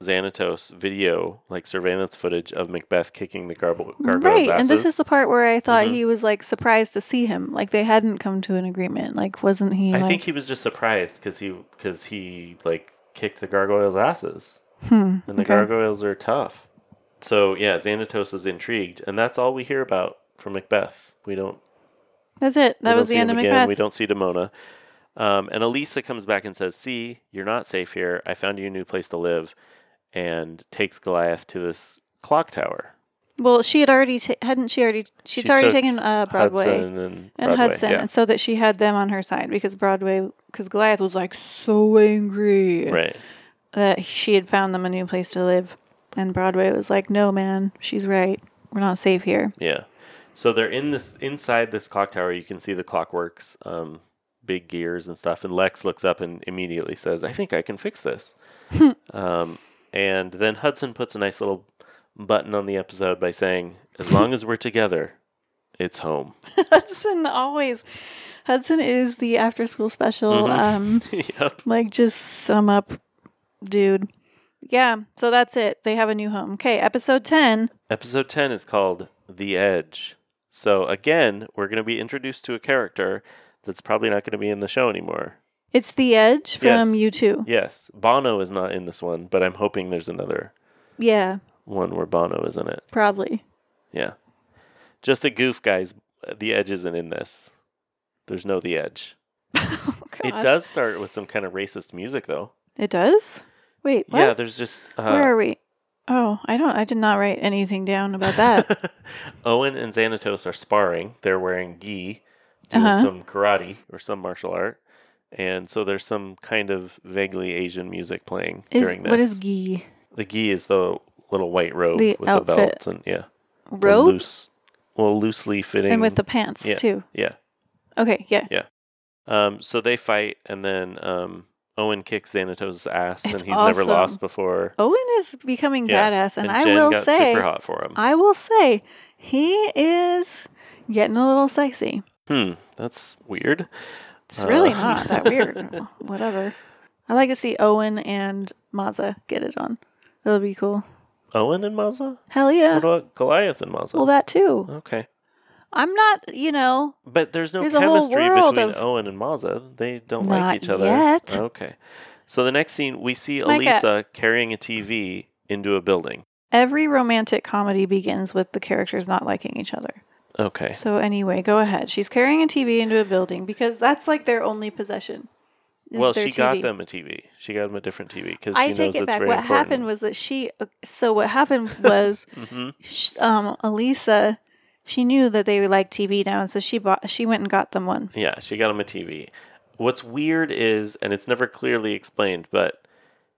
Speaker 1: Xanatos video, like surveillance footage of Macbeth kicking the garble- gargoyle's
Speaker 3: Right, and
Speaker 1: asses.
Speaker 3: this
Speaker 1: Mm-hmm.
Speaker 3: is the part where I thought he was like surprised to see him. Like they hadn't come to an agreement. Like wasn't he?
Speaker 1: I
Speaker 3: like,
Speaker 1: think he was just surprised because he because he like kicked the gargoyles' asses,
Speaker 3: Hmm,
Speaker 1: and the gargoyles are tough. So yeah, Xanatos is intrigued, and that's all we hear about from Macbeth. We don't.
Speaker 3: that's it.
Speaker 1: we
Speaker 3: That
Speaker 1: don't
Speaker 3: was
Speaker 1: see
Speaker 3: the end
Speaker 1: him
Speaker 3: of
Speaker 1: again.
Speaker 3: Macbeth.
Speaker 1: We don't see Demona. Um, and Elisa comes back and says, "See, you're not safe here. I found you a new place to live," and takes Goliath to this clock tower.
Speaker 3: Well, she had already ta- hadn't she already she'd
Speaker 1: She
Speaker 3: already
Speaker 1: took
Speaker 3: taken uh, Broadway
Speaker 1: Hudson and,
Speaker 3: and
Speaker 1: Broadway,
Speaker 3: Hudson,
Speaker 1: yeah.
Speaker 3: and so that she had them on her side because Broadway because Goliath was like so angry
Speaker 1: right.
Speaker 3: that she had found them a new place to live, and Broadway was like, "No, man, she's right. We're not safe here."
Speaker 1: Yeah. So they're in this inside this clock tower. You can see the clockworks, um, big gears and stuff. And Lex looks up and immediately says, "I think I can fix this." um, and then Hudson puts a nice little button on the episode by saying, "As long as we're together, it's home."
Speaker 3: Hudson always. Hudson is the after school special. Um,
Speaker 1: Mm-hmm. yep.
Speaker 3: Like, just sum up, dude. Yeah, so that's it. They have a new home. Okay, episode 10.
Speaker 1: Episode ten is called "The Edge." So again, we're going to be introduced to a character that's probably not going to be in the show anymore.
Speaker 3: It's The Edge from
Speaker 1: Yes.
Speaker 3: U2.
Speaker 1: Yes, Bono is not in this one, but I'm hoping there's another
Speaker 3: Yeah,
Speaker 1: one where Bono is in it.
Speaker 3: probably.
Speaker 1: Yeah. Just a goof, guys. The Edge isn't in this. There's no The Edge.
Speaker 3: Oh,
Speaker 1: It does start with some kind of racist music, though.
Speaker 3: It does? Wait, what?
Speaker 1: Yeah, there's just
Speaker 3: Where
Speaker 1: uh,
Speaker 3: are we? Oh, I don't, I did not write anything down about that.
Speaker 1: Owen and Xanatos are sparring. They're wearing gi, doing
Speaker 3: Uh-huh.
Speaker 1: some karate or some martial art. And so there's some kind of vaguely Asian music playing
Speaker 3: is,
Speaker 1: during this.
Speaker 3: what is gi?
Speaker 1: the gi is the little white robe
Speaker 3: The
Speaker 1: with a
Speaker 3: outfit.
Speaker 1: belt and yeah, The
Speaker 3: Robe?
Speaker 1: loose, well, loosely fitting
Speaker 3: And with the pants,
Speaker 1: yeah,
Speaker 3: too.
Speaker 1: Yeah,
Speaker 3: Okay, yeah.
Speaker 1: Yeah. Um, so they fight, and then um, Owen kicks Xanatos' ass,
Speaker 3: It's
Speaker 1: and he's never
Speaker 3: awesome.
Speaker 1: lost before.
Speaker 3: Owen is becoming
Speaker 1: Yeah.
Speaker 3: badass, and, I
Speaker 1: Jen
Speaker 3: will
Speaker 1: got
Speaker 3: say,
Speaker 1: super hot for him.
Speaker 3: I will say, he is getting a little sexy.
Speaker 1: hmm, that's weird.
Speaker 3: It's really
Speaker 1: Uh.
Speaker 3: not that weird. Whatever. I like to see Owen and Mazza get it on. That'll be cool.
Speaker 1: Owen and Mazza.
Speaker 3: Hell
Speaker 1: What
Speaker 3: yeah.
Speaker 1: about Goliath and Mazza?
Speaker 3: Well, that too.
Speaker 1: okay,
Speaker 3: I'm not, you know,
Speaker 1: but there's no
Speaker 3: There's a whole
Speaker 1: chemistry
Speaker 3: world
Speaker 1: between
Speaker 3: of-
Speaker 1: Owen and Mazza. They don't
Speaker 3: Not
Speaker 1: like each other.
Speaker 3: yet.
Speaker 1: Okay. So the next scene, we see
Speaker 3: Micah.
Speaker 1: Elisa carrying a TV into a building.
Speaker 3: every romantic comedy begins with the characters not liking each other.
Speaker 1: Okay.
Speaker 3: So, anyway, go ahead. She's carrying a TV into a building because that's like their only possession. is
Speaker 1: well,
Speaker 3: their
Speaker 1: she got
Speaker 3: TV.
Speaker 1: them a TV. She got them a different TV because she
Speaker 3: I
Speaker 1: knows
Speaker 3: take it
Speaker 1: it's
Speaker 3: back.
Speaker 1: very
Speaker 3: What
Speaker 1: important.
Speaker 3: happened was that she. uh, So what happened was,
Speaker 1: Mm-hmm.
Speaker 3: sh um, Elisa, she knew that they would like TV now, and so she bought. She went and got them one.
Speaker 1: Yeah, she got him a TV. What's weird is, and it's never clearly explained, but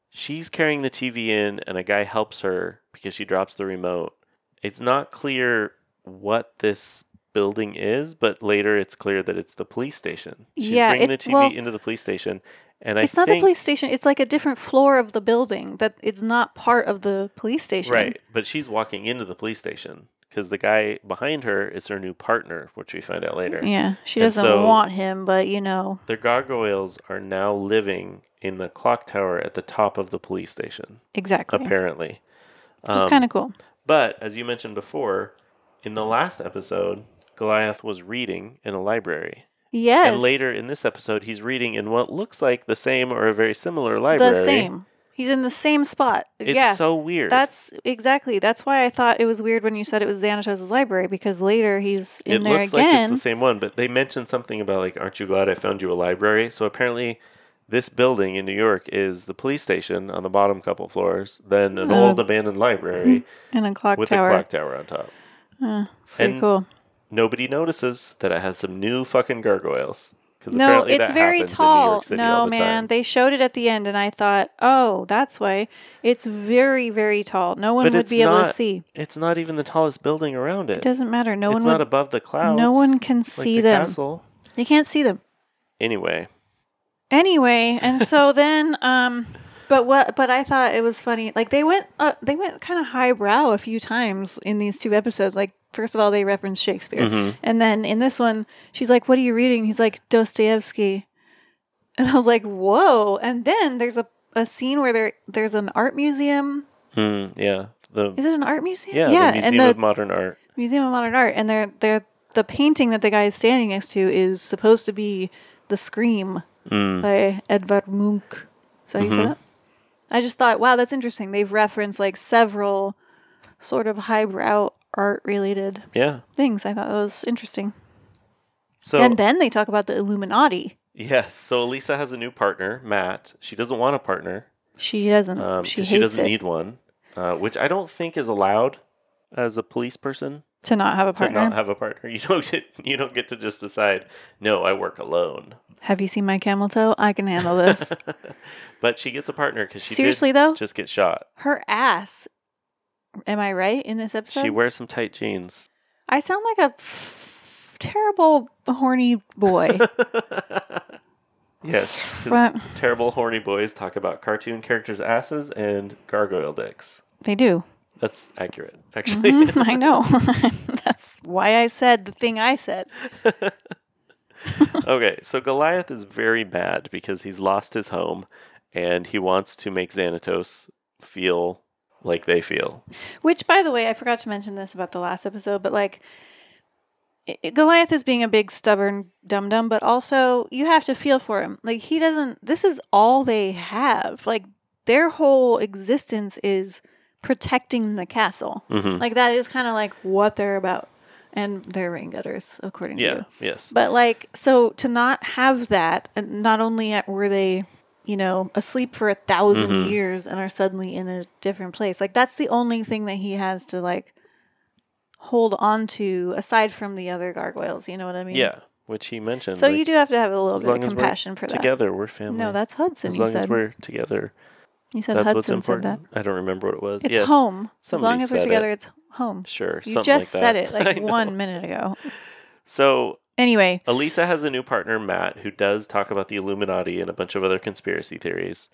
Speaker 1: she's carrying the TV in, and a guy helps her because she drops the remote. It's not clear what this building is, but later it's clear that it's the police station. She's
Speaker 3: Yeah,
Speaker 1: bringing the
Speaker 3: it's-
Speaker 1: TV
Speaker 3: well,
Speaker 1: into the police station, and
Speaker 3: It's
Speaker 1: I
Speaker 3: not
Speaker 1: think
Speaker 3: the police station. It's like a different floor of the building. That it's not part of the police station.
Speaker 1: right, but she's walking into the police station because the guy behind her is her new partner, which we find out later.
Speaker 3: Yeah, she
Speaker 1: And
Speaker 3: doesn't
Speaker 1: so-
Speaker 3: want him, but you know,
Speaker 1: The gargoyles are now living in the clock tower at the top of the police station,
Speaker 3: exactly.
Speaker 1: apparently.
Speaker 3: Which
Speaker 1: um,
Speaker 3: is kind of cool.
Speaker 1: But as you mentioned before, in the last episode, Goliath was reading in a library.
Speaker 3: Yes.
Speaker 1: And later in this episode, he's reading in what looks like the same or a very similar
Speaker 3: the
Speaker 1: library.
Speaker 3: same. He's in the same spot.
Speaker 1: It's
Speaker 3: yeah.
Speaker 1: so weird.
Speaker 3: That's exactly. That's why I thought it was weird when you said it was Xanatos' library because later he's in
Speaker 1: it
Speaker 3: there
Speaker 1: looks like
Speaker 3: again.
Speaker 1: it's the same one, but they mentioned something about like, "Aren't you glad I found you a library?" So apparently, this building in New York is the police station on the bottom couple floors, then an old abandoned library
Speaker 3: in a clock
Speaker 1: with
Speaker 3: tower.
Speaker 1: a clock tower on top.
Speaker 3: It's pretty
Speaker 1: and-
Speaker 3: cool.
Speaker 1: Nobody notices that it has some new fucking gargoyles. 'cause
Speaker 3: No,
Speaker 1: apparently
Speaker 3: it's
Speaker 1: that
Speaker 3: very
Speaker 1: happens in New
Speaker 3: tall.
Speaker 1: York City
Speaker 3: no,
Speaker 1: all the
Speaker 3: man,
Speaker 1: time.
Speaker 3: they showed it at the end, and I thought, oh, that's why it's very, very tall. No one
Speaker 1: But
Speaker 3: would
Speaker 1: it's
Speaker 3: be able to
Speaker 1: not-
Speaker 3: see.
Speaker 1: It's not even the tallest building around it.
Speaker 3: It doesn't matter. No
Speaker 1: it's not
Speaker 3: one would.
Speaker 1: above the clouds.
Speaker 3: no one can
Speaker 1: like
Speaker 3: see
Speaker 1: the
Speaker 3: them.
Speaker 1: Castle.
Speaker 3: they can't see them.
Speaker 1: Anyway,
Speaker 3: anyway and so then um but what but i thought it was funny like they went uh, they went kind of highbrow a few times in these two episodes like first of all they referenced shakespeare
Speaker 1: Mm-hmm.
Speaker 3: and then in this one she's like what are you reading he's like dostoevsky and i was like whoa and then there's a, a scene where there there's an art museum
Speaker 1: Hmm, yeah, the
Speaker 3: is it an art museum
Speaker 1: yeah, the Museum
Speaker 3: and the
Speaker 1: of Modern Art.
Speaker 3: museum of modern art and they're they're the painting that the guy is standing next to is supposed to be the scream
Speaker 1: Mm.
Speaker 3: by Edvard Munch. Is that how you
Speaker 1: Mm-hmm.
Speaker 3: say that? I just thought, wow, that's interesting. They've referenced like several sort of highbrow art related
Speaker 1: Yeah.
Speaker 3: things. I thought that was interesting.
Speaker 1: So
Speaker 3: and then they talk about the Illuminati.
Speaker 1: Yes. So Elisa has a new partner, Matt. She doesn't want a partner.
Speaker 3: She doesn't.
Speaker 1: Um,
Speaker 3: she
Speaker 1: 'cause
Speaker 3: hates
Speaker 1: she doesn't
Speaker 3: it
Speaker 1: need one, uh, which I don't think is allowed as a police person
Speaker 3: to not have a
Speaker 1: to
Speaker 3: partner.
Speaker 1: not have a partner. You don't get you don't get to just decide. No, I work alone.
Speaker 3: have you seen my camel toe? I can handle this.
Speaker 1: But she gets a partner because she did
Speaker 3: Seriously, though?
Speaker 1: just get shot.
Speaker 3: Her ass. Am I right in this episode?
Speaker 1: She wears some tight jeans.
Speaker 3: I sound like a f- terrible horny boy.
Speaker 1: Yes, 'cause
Speaker 3: But-
Speaker 1: terrible horny boys talk about cartoon characters' asses and gargoyle dicks.
Speaker 3: they do.
Speaker 1: That's accurate, actually.
Speaker 3: I know. That's why I said the thing I said.
Speaker 1: Okay, so Goliath is very bad because he's lost his home and he wants to make Xanatos feel like they feel.
Speaker 3: Which, by the way, I forgot to mention this about the last episode, but like i- i- Goliath is being a big stubborn dum dum, but also you have to feel for him. Like he doesn't. This is all they have. Like their whole existence is protecting the castle. Like that is kind of like what they're about, and they're rain gutters, according to
Speaker 1: Yeah,
Speaker 3: you.
Speaker 1: yes.
Speaker 3: But like, so to not have that, and not only at- were they, you know, asleep for a 1000
Speaker 1: Mm-hmm.
Speaker 3: years and are suddenly in a different place, like that's the only thing that he has to like hold on to aside from the other gargoyles. You know what I mean?
Speaker 1: yeah, which he mentioned.
Speaker 3: So
Speaker 1: like,
Speaker 3: you do have to have a little
Speaker 1: as
Speaker 3: bit
Speaker 1: long
Speaker 3: of
Speaker 1: as we're
Speaker 3: compassion for that.
Speaker 1: Together, we're family.
Speaker 3: No, that's Hudson.
Speaker 1: as
Speaker 3: you
Speaker 1: long
Speaker 3: said.
Speaker 1: as we're together.
Speaker 3: you said
Speaker 1: That's what's
Speaker 3: Hudson said that.
Speaker 1: important. I don't remember what it was.
Speaker 3: It's
Speaker 1: Yes,
Speaker 3: home. as
Speaker 1: somebody
Speaker 3: long as
Speaker 1: said
Speaker 3: we're together,
Speaker 1: it.
Speaker 3: it's home.
Speaker 1: Sure,
Speaker 3: You
Speaker 1: something like
Speaker 3: just
Speaker 1: that.
Speaker 3: said it like
Speaker 1: I know.
Speaker 3: one minute ago.
Speaker 1: So
Speaker 3: Anyway,
Speaker 1: Elisa has a new partner, Matt, who does talk about the Illuminati and a bunch of other conspiracy theories.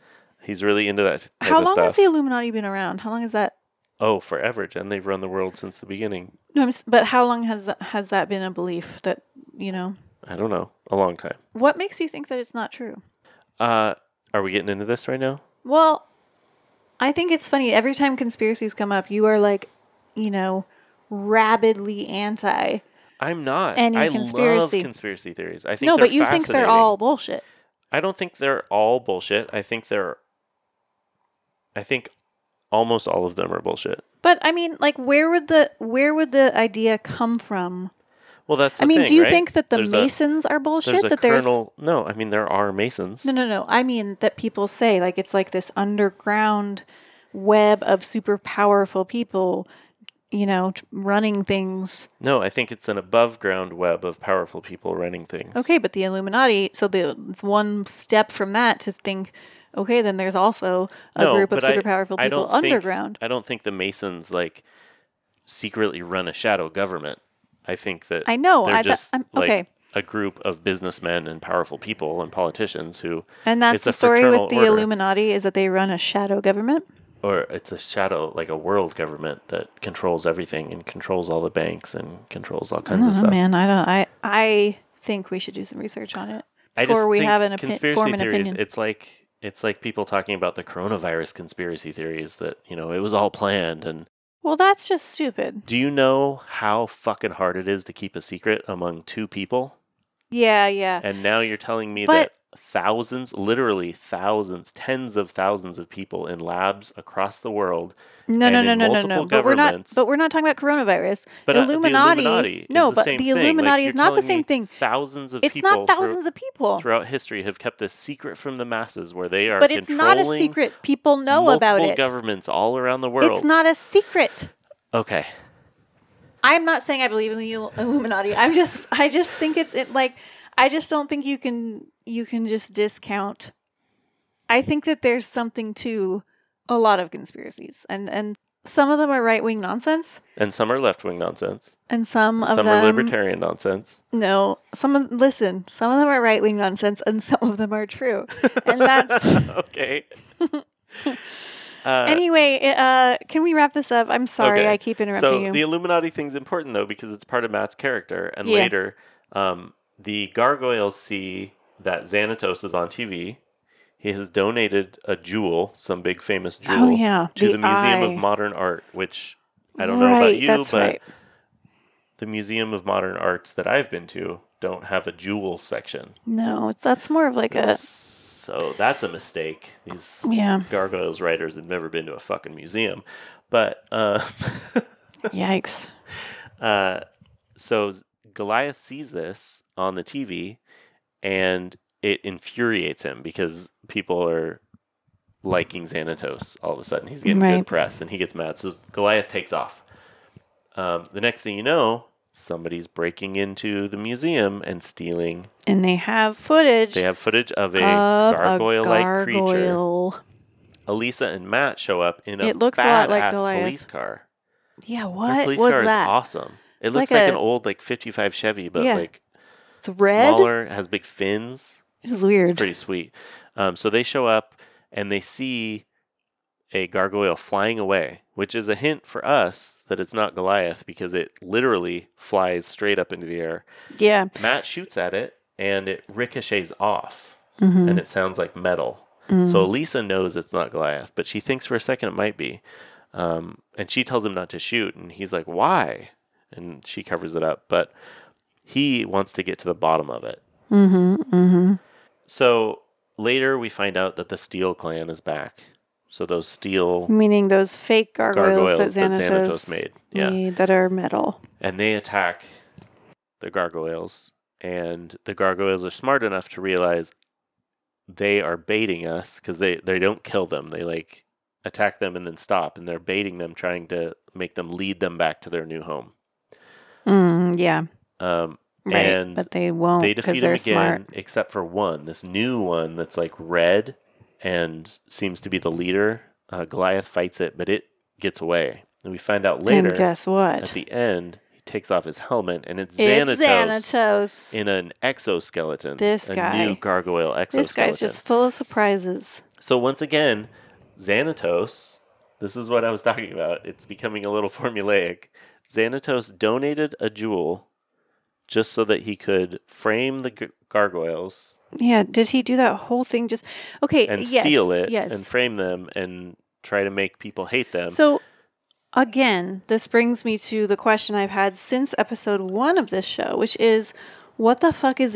Speaker 1: He's really into that. type
Speaker 3: how
Speaker 1: of
Speaker 3: long has
Speaker 1: stuff.
Speaker 3: the Illuminati been around? How long is that?
Speaker 1: Oh, forever, Jen. They've run the world since the beginning.
Speaker 3: No, I'm, s- but how long has that, has that been a belief that you know?
Speaker 1: I don't know. A long time.
Speaker 3: What makes you think that it's not true?
Speaker 1: Uh, are we getting into this right now?
Speaker 3: Well, I think it's funny every time conspiracies come up, you are like, you know, rabidly anti.
Speaker 1: I'm not.
Speaker 3: Any
Speaker 1: I
Speaker 3: conspiracy.
Speaker 1: love conspiracy theories. I think
Speaker 3: No,
Speaker 1: they're
Speaker 3: but you think they're
Speaker 1: fascinating.
Speaker 3: all bullshit.
Speaker 1: I don't think they're all bullshit. I think they're. I think almost all of them are bullshit.
Speaker 3: But I mean, like, where would the where would the idea come from?
Speaker 1: Well, that's. The
Speaker 3: I mean,
Speaker 1: thing,
Speaker 3: do you
Speaker 1: right?
Speaker 3: think that the
Speaker 1: There's a-
Speaker 3: Masons are
Speaker 1: there's
Speaker 3: bullshit?
Speaker 1: a
Speaker 3: That there's
Speaker 1: colonel. No, I mean there are Masons.
Speaker 3: No, no, no. I mean that people say like it's like this underground web of super powerful people, you know, t- running things.
Speaker 1: No, I think it's an above ground web of powerful people running things.
Speaker 3: Okay, but the Illuminati. So the it's one step from that to think. Okay, then there's also a
Speaker 1: No,
Speaker 3: group of
Speaker 1: but I-
Speaker 3: super powerful
Speaker 1: I
Speaker 3: people
Speaker 1: don't think-
Speaker 3: underground.
Speaker 1: I don't think the Masons like secretly run a shadow government. I think that
Speaker 3: I know,
Speaker 1: they're
Speaker 3: I thought-
Speaker 1: just
Speaker 3: I'm-
Speaker 1: like
Speaker 3: okay.
Speaker 1: a group of businessmen and powerful people and politicians who
Speaker 3: and that's
Speaker 1: it's
Speaker 3: the
Speaker 1: a
Speaker 3: story with
Speaker 1: fraternal
Speaker 3: the
Speaker 1: order.
Speaker 3: Illuminati is that they run a shadow government.
Speaker 1: or it's a shadow, like a world government that controls everything and controls all the banks and controls all kinds of
Speaker 3: Oh,
Speaker 1: stuff.
Speaker 3: man, I don't. I I think we should do some research on it
Speaker 1: I
Speaker 3: before
Speaker 1: just
Speaker 3: we
Speaker 1: think
Speaker 3: have an opi-
Speaker 1: conspiracy
Speaker 3: form an
Speaker 1: theories.
Speaker 3: opinion.
Speaker 1: It's like it's like people talking about the coronavirus conspiracy theories that you know it was all planned. And
Speaker 3: well, that's just stupid.
Speaker 1: do you know how fucking hard it is to keep a secret among two people?
Speaker 3: Yeah, yeah.
Speaker 1: And now you're telling me
Speaker 3: But-
Speaker 1: that thousands, literally thousands, tens of thousands of people in labs across the world.
Speaker 3: No,
Speaker 1: and
Speaker 3: no, no,
Speaker 1: in
Speaker 3: no, no,
Speaker 1: multiple
Speaker 3: no. But we're not.
Speaker 1: governments-
Speaker 3: But we're not talking about coronavirus.
Speaker 1: But uh,
Speaker 3: Illuminati.
Speaker 1: the Illuminati is
Speaker 3: no,
Speaker 1: the
Speaker 3: but
Speaker 1: same
Speaker 3: the
Speaker 1: thing. Like,
Speaker 3: Illuminati
Speaker 1: you're
Speaker 3: is not the
Speaker 1: telling
Speaker 3: same
Speaker 1: me
Speaker 3: thing.
Speaker 1: Thousands of
Speaker 3: It's
Speaker 1: people
Speaker 3: not
Speaker 1: thro-
Speaker 3: thousands of people.
Speaker 1: throughout history have kept this secret from the masses, where they are.
Speaker 3: But it's not a
Speaker 1: controlling
Speaker 3: secret. People know
Speaker 1: multiple
Speaker 3: about it.
Speaker 1: Governments all around the world.
Speaker 3: It's not a secret.
Speaker 1: okay.
Speaker 3: I'm not saying I believe in the Ill- Illuminati. I'm just I just think it's it, like I just don't think you can you can just discount. I think that there's something to a lot of conspiracies and and some of them are right wing nonsense
Speaker 1: And some are left wing nonsense.
Speaker 3: and some of
Speaker 1: Some
Speaker 3: them
Speaker 1: are libertarian nonsense.
Speaker 3: No, some of listen, some of them are right wing nonsense and some of them are true. And that's
Speaker 1: Okay.
Speaker 3: anyway, it, uh can we wrap this up? I'm sorry
Speaker 1: Okay.
Speaker 3: I keep interrupting
Speaker 1: so
Speaker 3: you.
Speaker 1: the Illuminati thing's important though because it's part of Matt's character, and
Speaker 3: Yeah.
Speaker 1: later, um, the gargoyles see that Xanatos is on TV. He has donated a jewel, some big famous jewel,
Speaker 3: Oh, yeah,
Speaker 1: to the,
Speaker 3: the
Speaker 1: Museum
Speaker 3: eye.
Speaker 1: of Modern Art, which I don't know about
Speaker 3: Right,
Speaker 1: you,
Speaker 3: that's
Speaker 1: but
Speaker 3: right.
Speaker 1: the Museum of Modern Arts that I've been to don't have a jewel section.
Speaker 3: no, that's more of like a
Speaker 1: So that's a mistake. These
Speaker 3: Yeah.
Speaker 1: gargoyles writers have never been to a fucking museum. But uh,
Speaker 3: yikes.
Speaker 1: so Goliath sees this on the TV and it infuriates him because people are liking Xanatos all of a sudden. He's getting
Speaker 3: Right.
Speaker 1: good press and he gets mad. So Goliath takes off. Um, the next thing you know, somebody's breaking into the museum and stealing.
Speaker 3: And they have footage
Speaker 1: They have footage of a
Speaker 3: of
Speaker 1: gargoyle like
Speaker 3: a
Speaker 1: creature.
Speaker 3: gargoyle.
Speaker 1: Elisa and Matt show up in a
Speaker 3: It looks a lot like
Speaker 1: badass
Speaker 3: Goliath.
Speaker 1: police car.
Speaker 3: Yeah,
Speaker 1: Their
Speaker 3: what
Speaker 1: police
Speaker 3: was
Speaker 1: car is
Speaker 3: that?
Speaker 1: awesome. It looks
Speaker 3: like
Speaker 1: like,
Speaker 3: a-
Speaker 1: an old like '55 Chevy, but
Speaker 3: Yeah.
Speaker 1: like
Speaker 3: It's red.
Speaker 1: smaller, has big fins.
Speaker 3: It was weird.
Speaker 1: It's pretty sweet. Um, so they show up and they see a gargoyle flying away, which is a hint for us that it's not Goliath because it literally flies straight up into the air.
Speaker 3: yeah,
Speaker 1: Matt shoots at it and it ricochets off and it sounds like metal. So Elisa knows it's not Goliath, but she thinks for a second it might be. Um, and she tells him not to shoot. And he's like, why? And she covers it up. But he wants to get to the bottom of it. So later we find out that the Steel Clan is back. So those steel
Speaker 3: meaning those fake gargoyles,
Speaker 1: gargoyles
Speaker 3: that,
Speaker 1: that
Speaker 3: Xanatos
Speaker 1: Xanatos made. Yeah.
Speaker 3: made that are metal.
Speaker 1: and they attack the gargoyles and the gargoyles are smart enough to realize they are baiting us because they, they don't kill them they like attack them and then stop and they're baiting them trying to make them lead them back to their new home
Speaker 3: Mm, yeah,
Speaker 1: um,
Speaker 3: right.
Speaker 1: and
Speaker 3: but they won't
Speaker 1: they
Speaker 3: because
Speaker 1: defeat them
Speaker 3: they're
Speaker 1: again
Speaker 3: smart.
Speaker 1: except for one this new one that's like red and seems to be the leader uh, goliath fights it but it gets away and we find out later
Speaker 3: and guess
Speaker 1: at
Speaker 3: what?
Speaker 1: the end, he takes off his helmet, and it's Xanatos,
Speaker 3: It's Xanatos.
Speaker 1: in an exoskeleton.
Speaker 3: This
Speaker 1: a
Speaker 3: guy.
Speaker 1: new gargoyle exoskeleton.
Speaker 3: This guy's just full of surprises.
Speaker 1: so once again, Xanatos. This is what I was talking about. It's becoming a little formulaic. Xanatos donated a jewel just so that he could frame the g- gargoyles
Speaker 3: Yeah, did he do that whole thing just okay?
Speaker 1: and
Speaker 3: yes,
Speaker 1: steal it
Speaker 3: Yes,
Speaker 1: and frame them and try to make people hate them.
Speaker 3: So, again, this brings me to the question I've had since episode one of this show, which is what the fuck is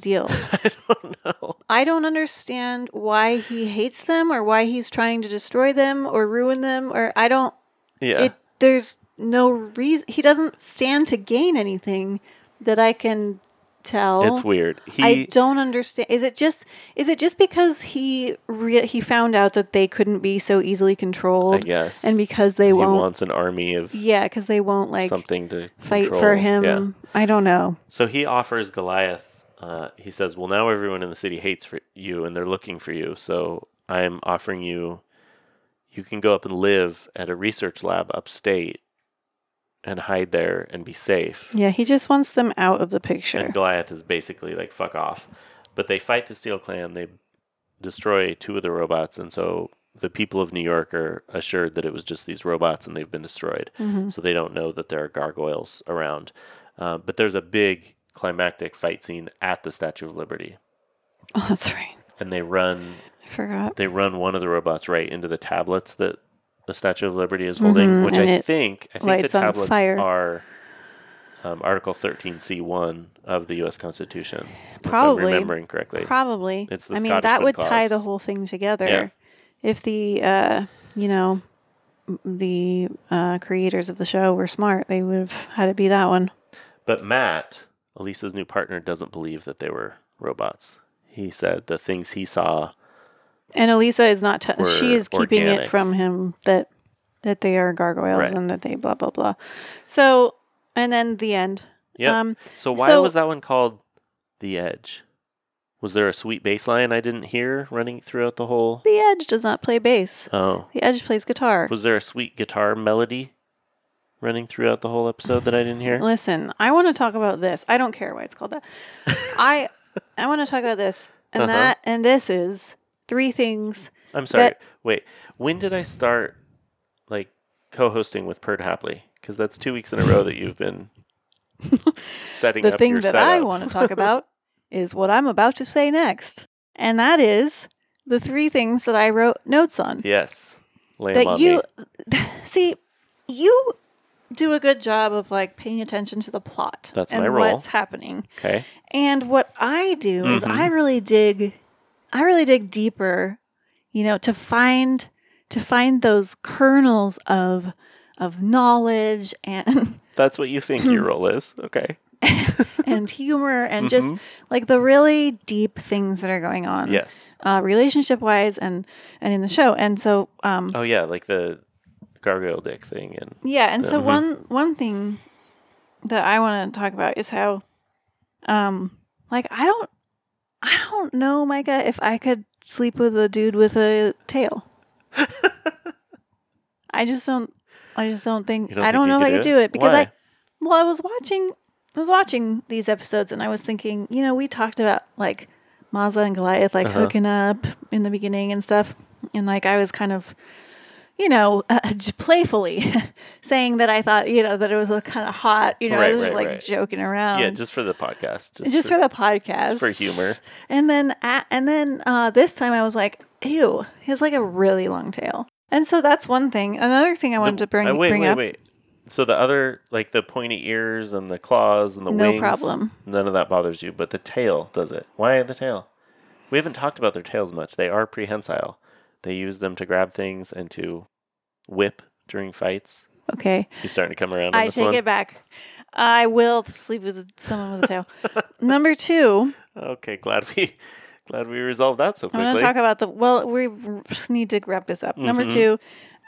Speaker 3: deal? I don't know. I don't understand why he hates them or why he's trying to destroy them or ruin them or I don't.
Speaker 1: yeah.
Speaker 3: It, there's no reason. He doesn't stand to gain anything that I can tell.
Speaker 1: it's weird. He
Speaker 3: I don't understand. Is it just is it just because he re- he found out that they couldn't be so easily controlled?
Speaker 1: I guess.
Speaker 3: and because they
Speaker 1: he
Speaker 3: won't.
Speaker 1: wants an army of
Speaker 3: yeah, because they won't like
Speaker 1: something to
Speaker 3: fight
Speaker 1: control.
Speaker 3: for him.
Speaker 1: Yeah.
Speaker 3: I don't know.
Speaker 1: So he offers Goliath. Uh, he says, "Well, now everyone in the city hates for you, and they're looking for you. So I'm offering you. You can go up and live at a research lab upstate, and hide there and be safe."
Speaker 3: Yeah, he just wants them out of the picture.
Speaker 1: And Goliath is basically like, "Fuck off." But they fight the Steel Clan. They destroy two of the robots, and so the people of New York are assured that it was just these robots and they've been destroyed.
Speaker 3: Mm-hmm.
Speaker 1: So they don't know that there are gargoyles around. Uh, but there's a big climactic fight scene at the Statue of Liberty,
Speaker 3: Oh, that's right.
Speaker 1: and they run
Speaker 3: I forgot.
Speaker 1: they run one of the robots right into the tablets that the Statue of Liberty is holding, which
Speaker 3: Mm-hmm. and
Speaker 1: I
Speaker 3: it
Speaker 1: think I think the
Speaker 3: lights on
Speaker 1: tablets
Speaker 3: fire.
Speaker 1: are um, Article 13C1 of the U.S. Constitution, if
Speaker 3: Probably.
Speaker 1: I'm remembering correctly.
Speaker 3: Probably.
Speaker 1: It's the
Speaker 3: I mean,
Speaker 1: Scottish
Speaker 3: that
Speaker 1: one
Speaker 3: would tie the
Speaker 1: clause.
Speaker 3: whole thing together.
Speaker 1: Yeah.
Speaker 3: If the, uh, you know, m- the uh, creators of the show were smart, they would have had it be that one.
Speaker 1: But Matt, Elisa's new partner, doesn't believe that they were robots. He said the things he saw.
Speaker 3: And Elisa is not. T-
Speaker 1: Were
Speaker 3: she is keeping it
Speaker 1: organic.
Speaker 3: from him that that they are gargoyles
Speaker 1: Right.
Speaker 3: and that they blah blah blah. So, and then the end.
Speaker 1: Yeah.
Speaker 3: Um,
Speaker 1: so why
Speaker 3: so-
Speaker 1: was that one called The Edge? Was there a sweet bass line I didn't hear running throughout the whole?
Speaker 3: The Edge does not play bass.
Speaker 1: Oh.
Speaker 3: The Edge plays guitar.
Speaker 1: Was there a sweet guitar melody running throughout the whole episode that I didn't hear?
Speaker 3: Listen, I want to talk about this. I don't care why it's called that. I I want to talk about this and
Speaker 1: Uh-huh.
Speaker 3: that and this is three things.
Speaker 1: I'm sorry.
Speaker 3: that-
Speaker 1: Wait. When did I start like co-hosting with Perd Hapley? Because that's two weeks in a row that you've been setting
Speaker 3: The
Speaker 1: up
Speaker 3: thing
Speaker 1: your
Speaker 3: that
Speaker 1: setup.
Speaker 3: I want to talk about is what I'm about to say next, and that is the three things that I wrote notes on.
Speaker 1: Yes. Lay 'em
Speaker 3: that
Speaker 1: on
Speaker 3: you
Speaker 1: me.
Speaker 3: see, you do a good job of like paying attention to the plot.
Speaker 1: That's
Speaker 3: and
Speaker 1: my role.
Speaker 3: What's happening?
Speaker 1: Okay.
Speaker 3: And what I do is I really dig I really dig deeper, you know, to find to find those kernels of of knowledge and
Speaker 1: That's what you think
Speaker 3: Hmm.
Speaker 1: your role is. Okay.
Speaker 3: and humor and just like the really deep things that are going on.
Speaker 1: Yes.
Speaker 3: Uh, relationship wise and and in the show. And so um
Speaker 1: Oh yeah, like the gargoyle dick thing and
Speaker 3: Yeah, and
Speaker 1: Uh-huh.
Speaker 3: so one one thing that I want to talk about is how, um, like I don't, I don't know, Micah, if I could sleep with a dude with a tail. I just don't. I just don't think.
Speaker 1: You don't
Speaker 3: I
Speaker 1: think
Speaker 3: don't
Speaker 1: you
Speaker 3: know if I
Speaker 1: could
Speaker 3: could
Speaker 1: do
Speaker 3: do
Speaker 1: it?
Speaker 3: it because
Speaker 1: Why?
Speaker 3: I. Well, I was watching. I was watching these episodes, and I was thinking, you know, we talked about like Mazza and Goliath like
Speaker 1: Uh-huh.
Speaker 3: hooking up in the beginning and stuff, and like I was kind of you know, uh, j- playfully saying that I thought, you know, that it was kind of hot, you know,
Speaker 1: Right,
Speaker 3: I was just,
Speaker 1: right,
Speaker 3: like
Speaker 1: right.
Speaker 3: joking around.
Speaker 1: yeah, just for the podcast, just,
Speaker 3: Um, Just for, the podcast.
Speaker 1: just for humor.
Speaker 3: And then a and then uh, this time I was like, ew, he has like a really long tail. And so that's one thing. Another thing I wanted
Speaker 1: The-
Speaker 3: to bring
Speaker 1: uh, wait,
Speaker 3: bring
Speaker 1: wait,
Speaker 3: up.
Speaker 1: wait. So the other, like the pointy ears and the claws and the
Speaker 3: No
Speaker 1: wings,
Speaker 3: problem.
Speaker 1: None of that bothers you, but the tail does it. Why the tail? We haven't talked about their tails much. They are prehensile. They use them to grab things and to whip during fights.
Speaker 3: Okay.
Speaker 1: You starting to come around? On
Speaker 3: I
Speaker 1: this
Speaker 3: take
Speaker 1: one?
Speaker 3: it back. I will sleep with someone with a tail. Number two,
Speaker 1: Okay, glad we glad we resolved that so
Speaker 3: I
Speaker 1: quickly. Mm-hmm.
Speaker 3: want to talk about the. Well, we r- need to wrap this up. Number two,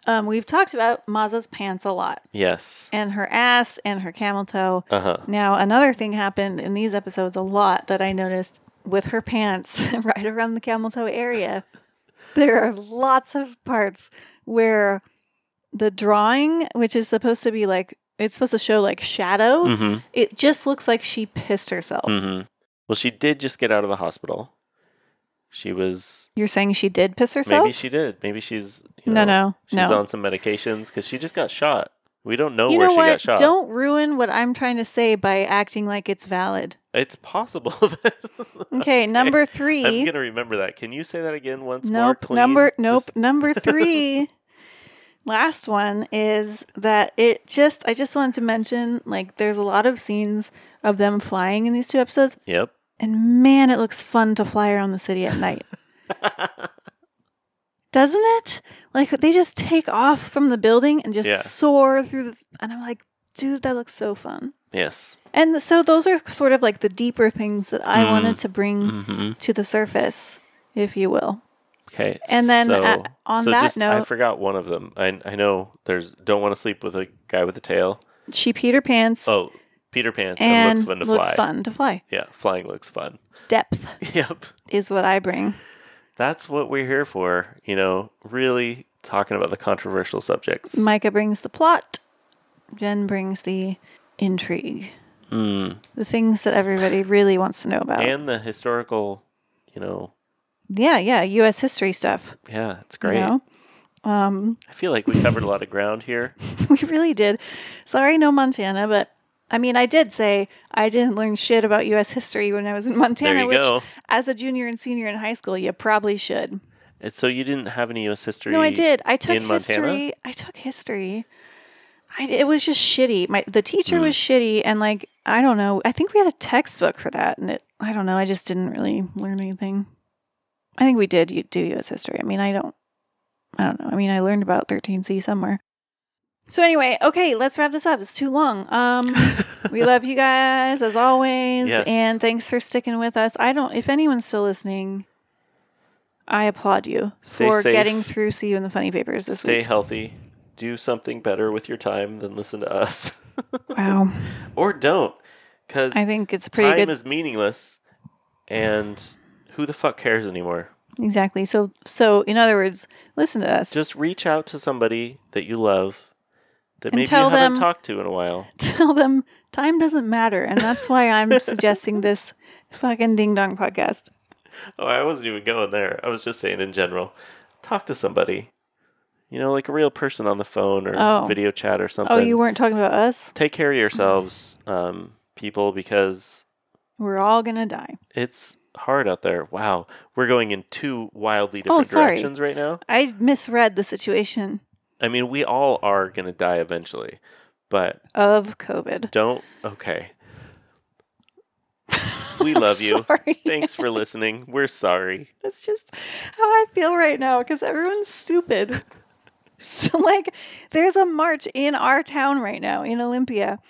Speaker 3: um, we've talked about Mazza's pants a lot.
Speaker 1: yes.
Speaker 3: and her ass and her camel toe.
Speaker 1: Uh huh.
Speaker 3: Now, another thing happened in these episodes a lot that I noticed with her pants right around the camel toe area. There are lots of parts where the drawing, which is supposed to be like, it's supposed to show like shadow,
Speaker 1: Mm-hmm.
Speaker 3: it just looks like she pissed herself.
Speaker 1: Mm-hmm. Well, she did just get out of the hospital. She was
Speaker 3: You're saying she did piss herself?
Speaker 1: maybe she did. Maybe she's you
Speaker 3: No,
Speaker 1: know,
Speaker 3: no,
Speaker 1: She's
Speaker 3: no.
Speaker 1: on some medications because she just got shot. We don't know
Speaker 3: you
Speaker 1: where
Speaker 3: know
Speaker 1: she
Speaker 3: what?
Speaker 1: got shot.
Speaker 3: Don't ruin what I'm trying to say by acting like it's valid.
Speaker 1: It's possible that
Speaker 3: Okay, number 3
Speaker 1: I'm gonna remember that. Can you say that again once more?
Speaker 3: nope
Speaker 1: Clean?
Speaker 3: number nope
Speaker 1: Just-
Speaker 3: number three last one is that it just i just wanted to mention like there's a lot of scenes of them flying in these two episodes
Speaker 1: yep.
Speaker 3: and man it looks fun to fly around the city at night doesn't it like they just take off from the building and just
Speaker 1: Yeah.
Speaker 3: soar through the and i'm like dude that looks so fun
Speaker 1: Yes.
Speaker 3: and so those are sort of like the deeper things that i wanted to bring
Speaker 1: Mm. Mm-hmm.
Speaker 3: to the surface if you will
Speaker 1: Okay.
Speaker 3: And then,
Speaker 1: so,
Speaker 3: uh, on
Speaker 1: so
Speaker 3: that
Speaker 1: just- I
Speaker 3: note-
Speaker 1: forgot one of them. I I know there's don't want to sleep with a guy with a tail.
Speaker 3: She peed her pants
Speaker 1: Oh, Peter Pants
Speaker 3: and
Speaker 1: looks fun to fly.
Speaker 3: fun to fly.
Speaker 1: Yeah, flying looks fun.
Speaker 3: Depth
Speaker 1: Yep.
Speaker 3: is what I bring.
Speaker 1: That's what we're here for, you know, really talking about the controversial subjects.
Speaker 3: Micah brings the plot. Jen brings the intrigue. The things that everybody really wants to know about.
Speaker 1: Hmm. and the historical, you know,
Speaker 3: yeah, yeah, U.S. history stuff.
Speaker 1: yeah, it's
Speaker 3: you
Speaker 1: great.
Speaker 3: know? Um,
Speaker 1: I feel like we covered a lot of ground here.
Speaker 3: we really did. Sorry, no Montana, but I mean, I did say I didn't learn shit about U.S. history when I was in Montana,
Speaker 1: you
Speaker 3: which,
Speaker 1: go.
Speaker 3: as a junior and senior in high school, you probably should.
Speaker 1: And so you didn't have any U.S. history.
Speaker 3: No, I did. I took
Speaker 1: in Montana?
Speaker 3: history. I took history. I, it was just shitty. My the teacher
Speaker 1: Hmm.
Speaker 3: was shitty, and like I don't know. I think we had a textbook for that, and it. I don't know. I just didn't really learn anything. I think we did u- do U.S. history. I mean, I don't. I don't know. I mean, I learned about 13C somewhere. So anyway, okay, let's wrap this up. It's too long. Um, we love you guys as always,
Speaker 1: Yes.
Speaker 3: and thanks for sticking with us. I don't. If anyone's still listening, I applaud you
Speaker 1: Stay
Speaker 3: for
Speaker 1: safe.
Speaker 3: getting through. See you in the funny papers this
Speaker 1: Stay
Speaker 3: week.
Speaker 1: healthy. Do something better with your time than listen to us,
Speaker 3: Wow,
Speaker 1: or don't, because
Speaker 3: I think it's pretty
Speaker 1: time
Speaker 3: good.
Speaker 1: is meaningless, and who the fuck cares anymore?
Speaker 3: exactly. So, so in other words, listen to us.
Speaker 1: Just reach out to somebody that you love, that
Speaker 3: And
Speaker 1: maybe you
Speaker 3: tell
Speaker 1: haven't
Speaker 3: them-
Speaker 1: talked to in a while.
Speaker 3: tell them time doesn't matter, and that's why I'm suggesting this fucking ding dong podcast.
Speaker 1: Oh, I wasn't even going there. I was just saying in general, talk to somebody. You know, like a real person on the phone or
Speaker 3: Oh.
Speaker 1: video chat or something.
Speaker 3: Oh, you weren't talking about us?
Speaker 1: Take care of yourselves, um, people, because
Speaker 3: We're all gonna die.
Speaker 1: it's hard out there. Wow, we're going in two wildly different
Speaker 3: Oh, sorry.
Speaker 1: directions right now.
Speaker 3: I misread the situation
Speaker 1: I mean, we all are going to die eventually, but
Speaker 3: of COVID.
Speaker 1: don't. Okay. We love you.
Speaker 3: Sorry.
Speaker 1: Thanks for listening. We're sorry.
Speaker 3: That's just how I feel right now because everyone's stupid. so, like, there's a march in our town right now in Olympia,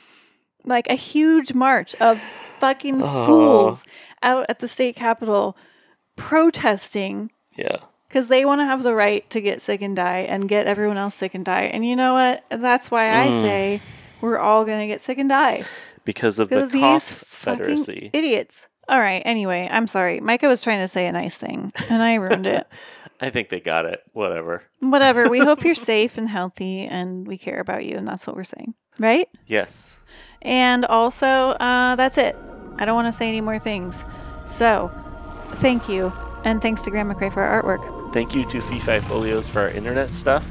Speaker 3: like a huge march of fucking fools out at the state capitol protesting
Speaker 1: Yeah.
Speaker 3: because they want to have the right to get sick and die and get everyone else sick and die. And you know what? That's why I
Speaker 1: Mm.
Speaker 3: say we're all going to get sick and die.
Speaker 1: Because of the
Speaker 3: Because
Speaker 1: cough
Speaker 3: these fucking
Speaker 1: federacy.
Speaker 3: idiots. All right. Anyway, I'm sorry. Micah was trying to say a nice thing, and I ruined it.
Speaker 1: I think they got it. Whatever.
Speaker 3: Whatever. We hope you're safe and healthy, and we care about you, and that's what we're saying, right?
Speaker 1: Yes.
Speaker 3: And also, uh, that's it. I don't want to say any more things. So, thank you, and thanks to Grandma Cray for our artwork.
Speaker 1: Thank you to Fifi Folios for our internet stuff.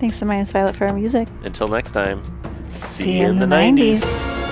Speaker 3: Thanks to Minus Violet for our music.
Speaker 1: Until next time,
Speaker 3: See you in the 90s.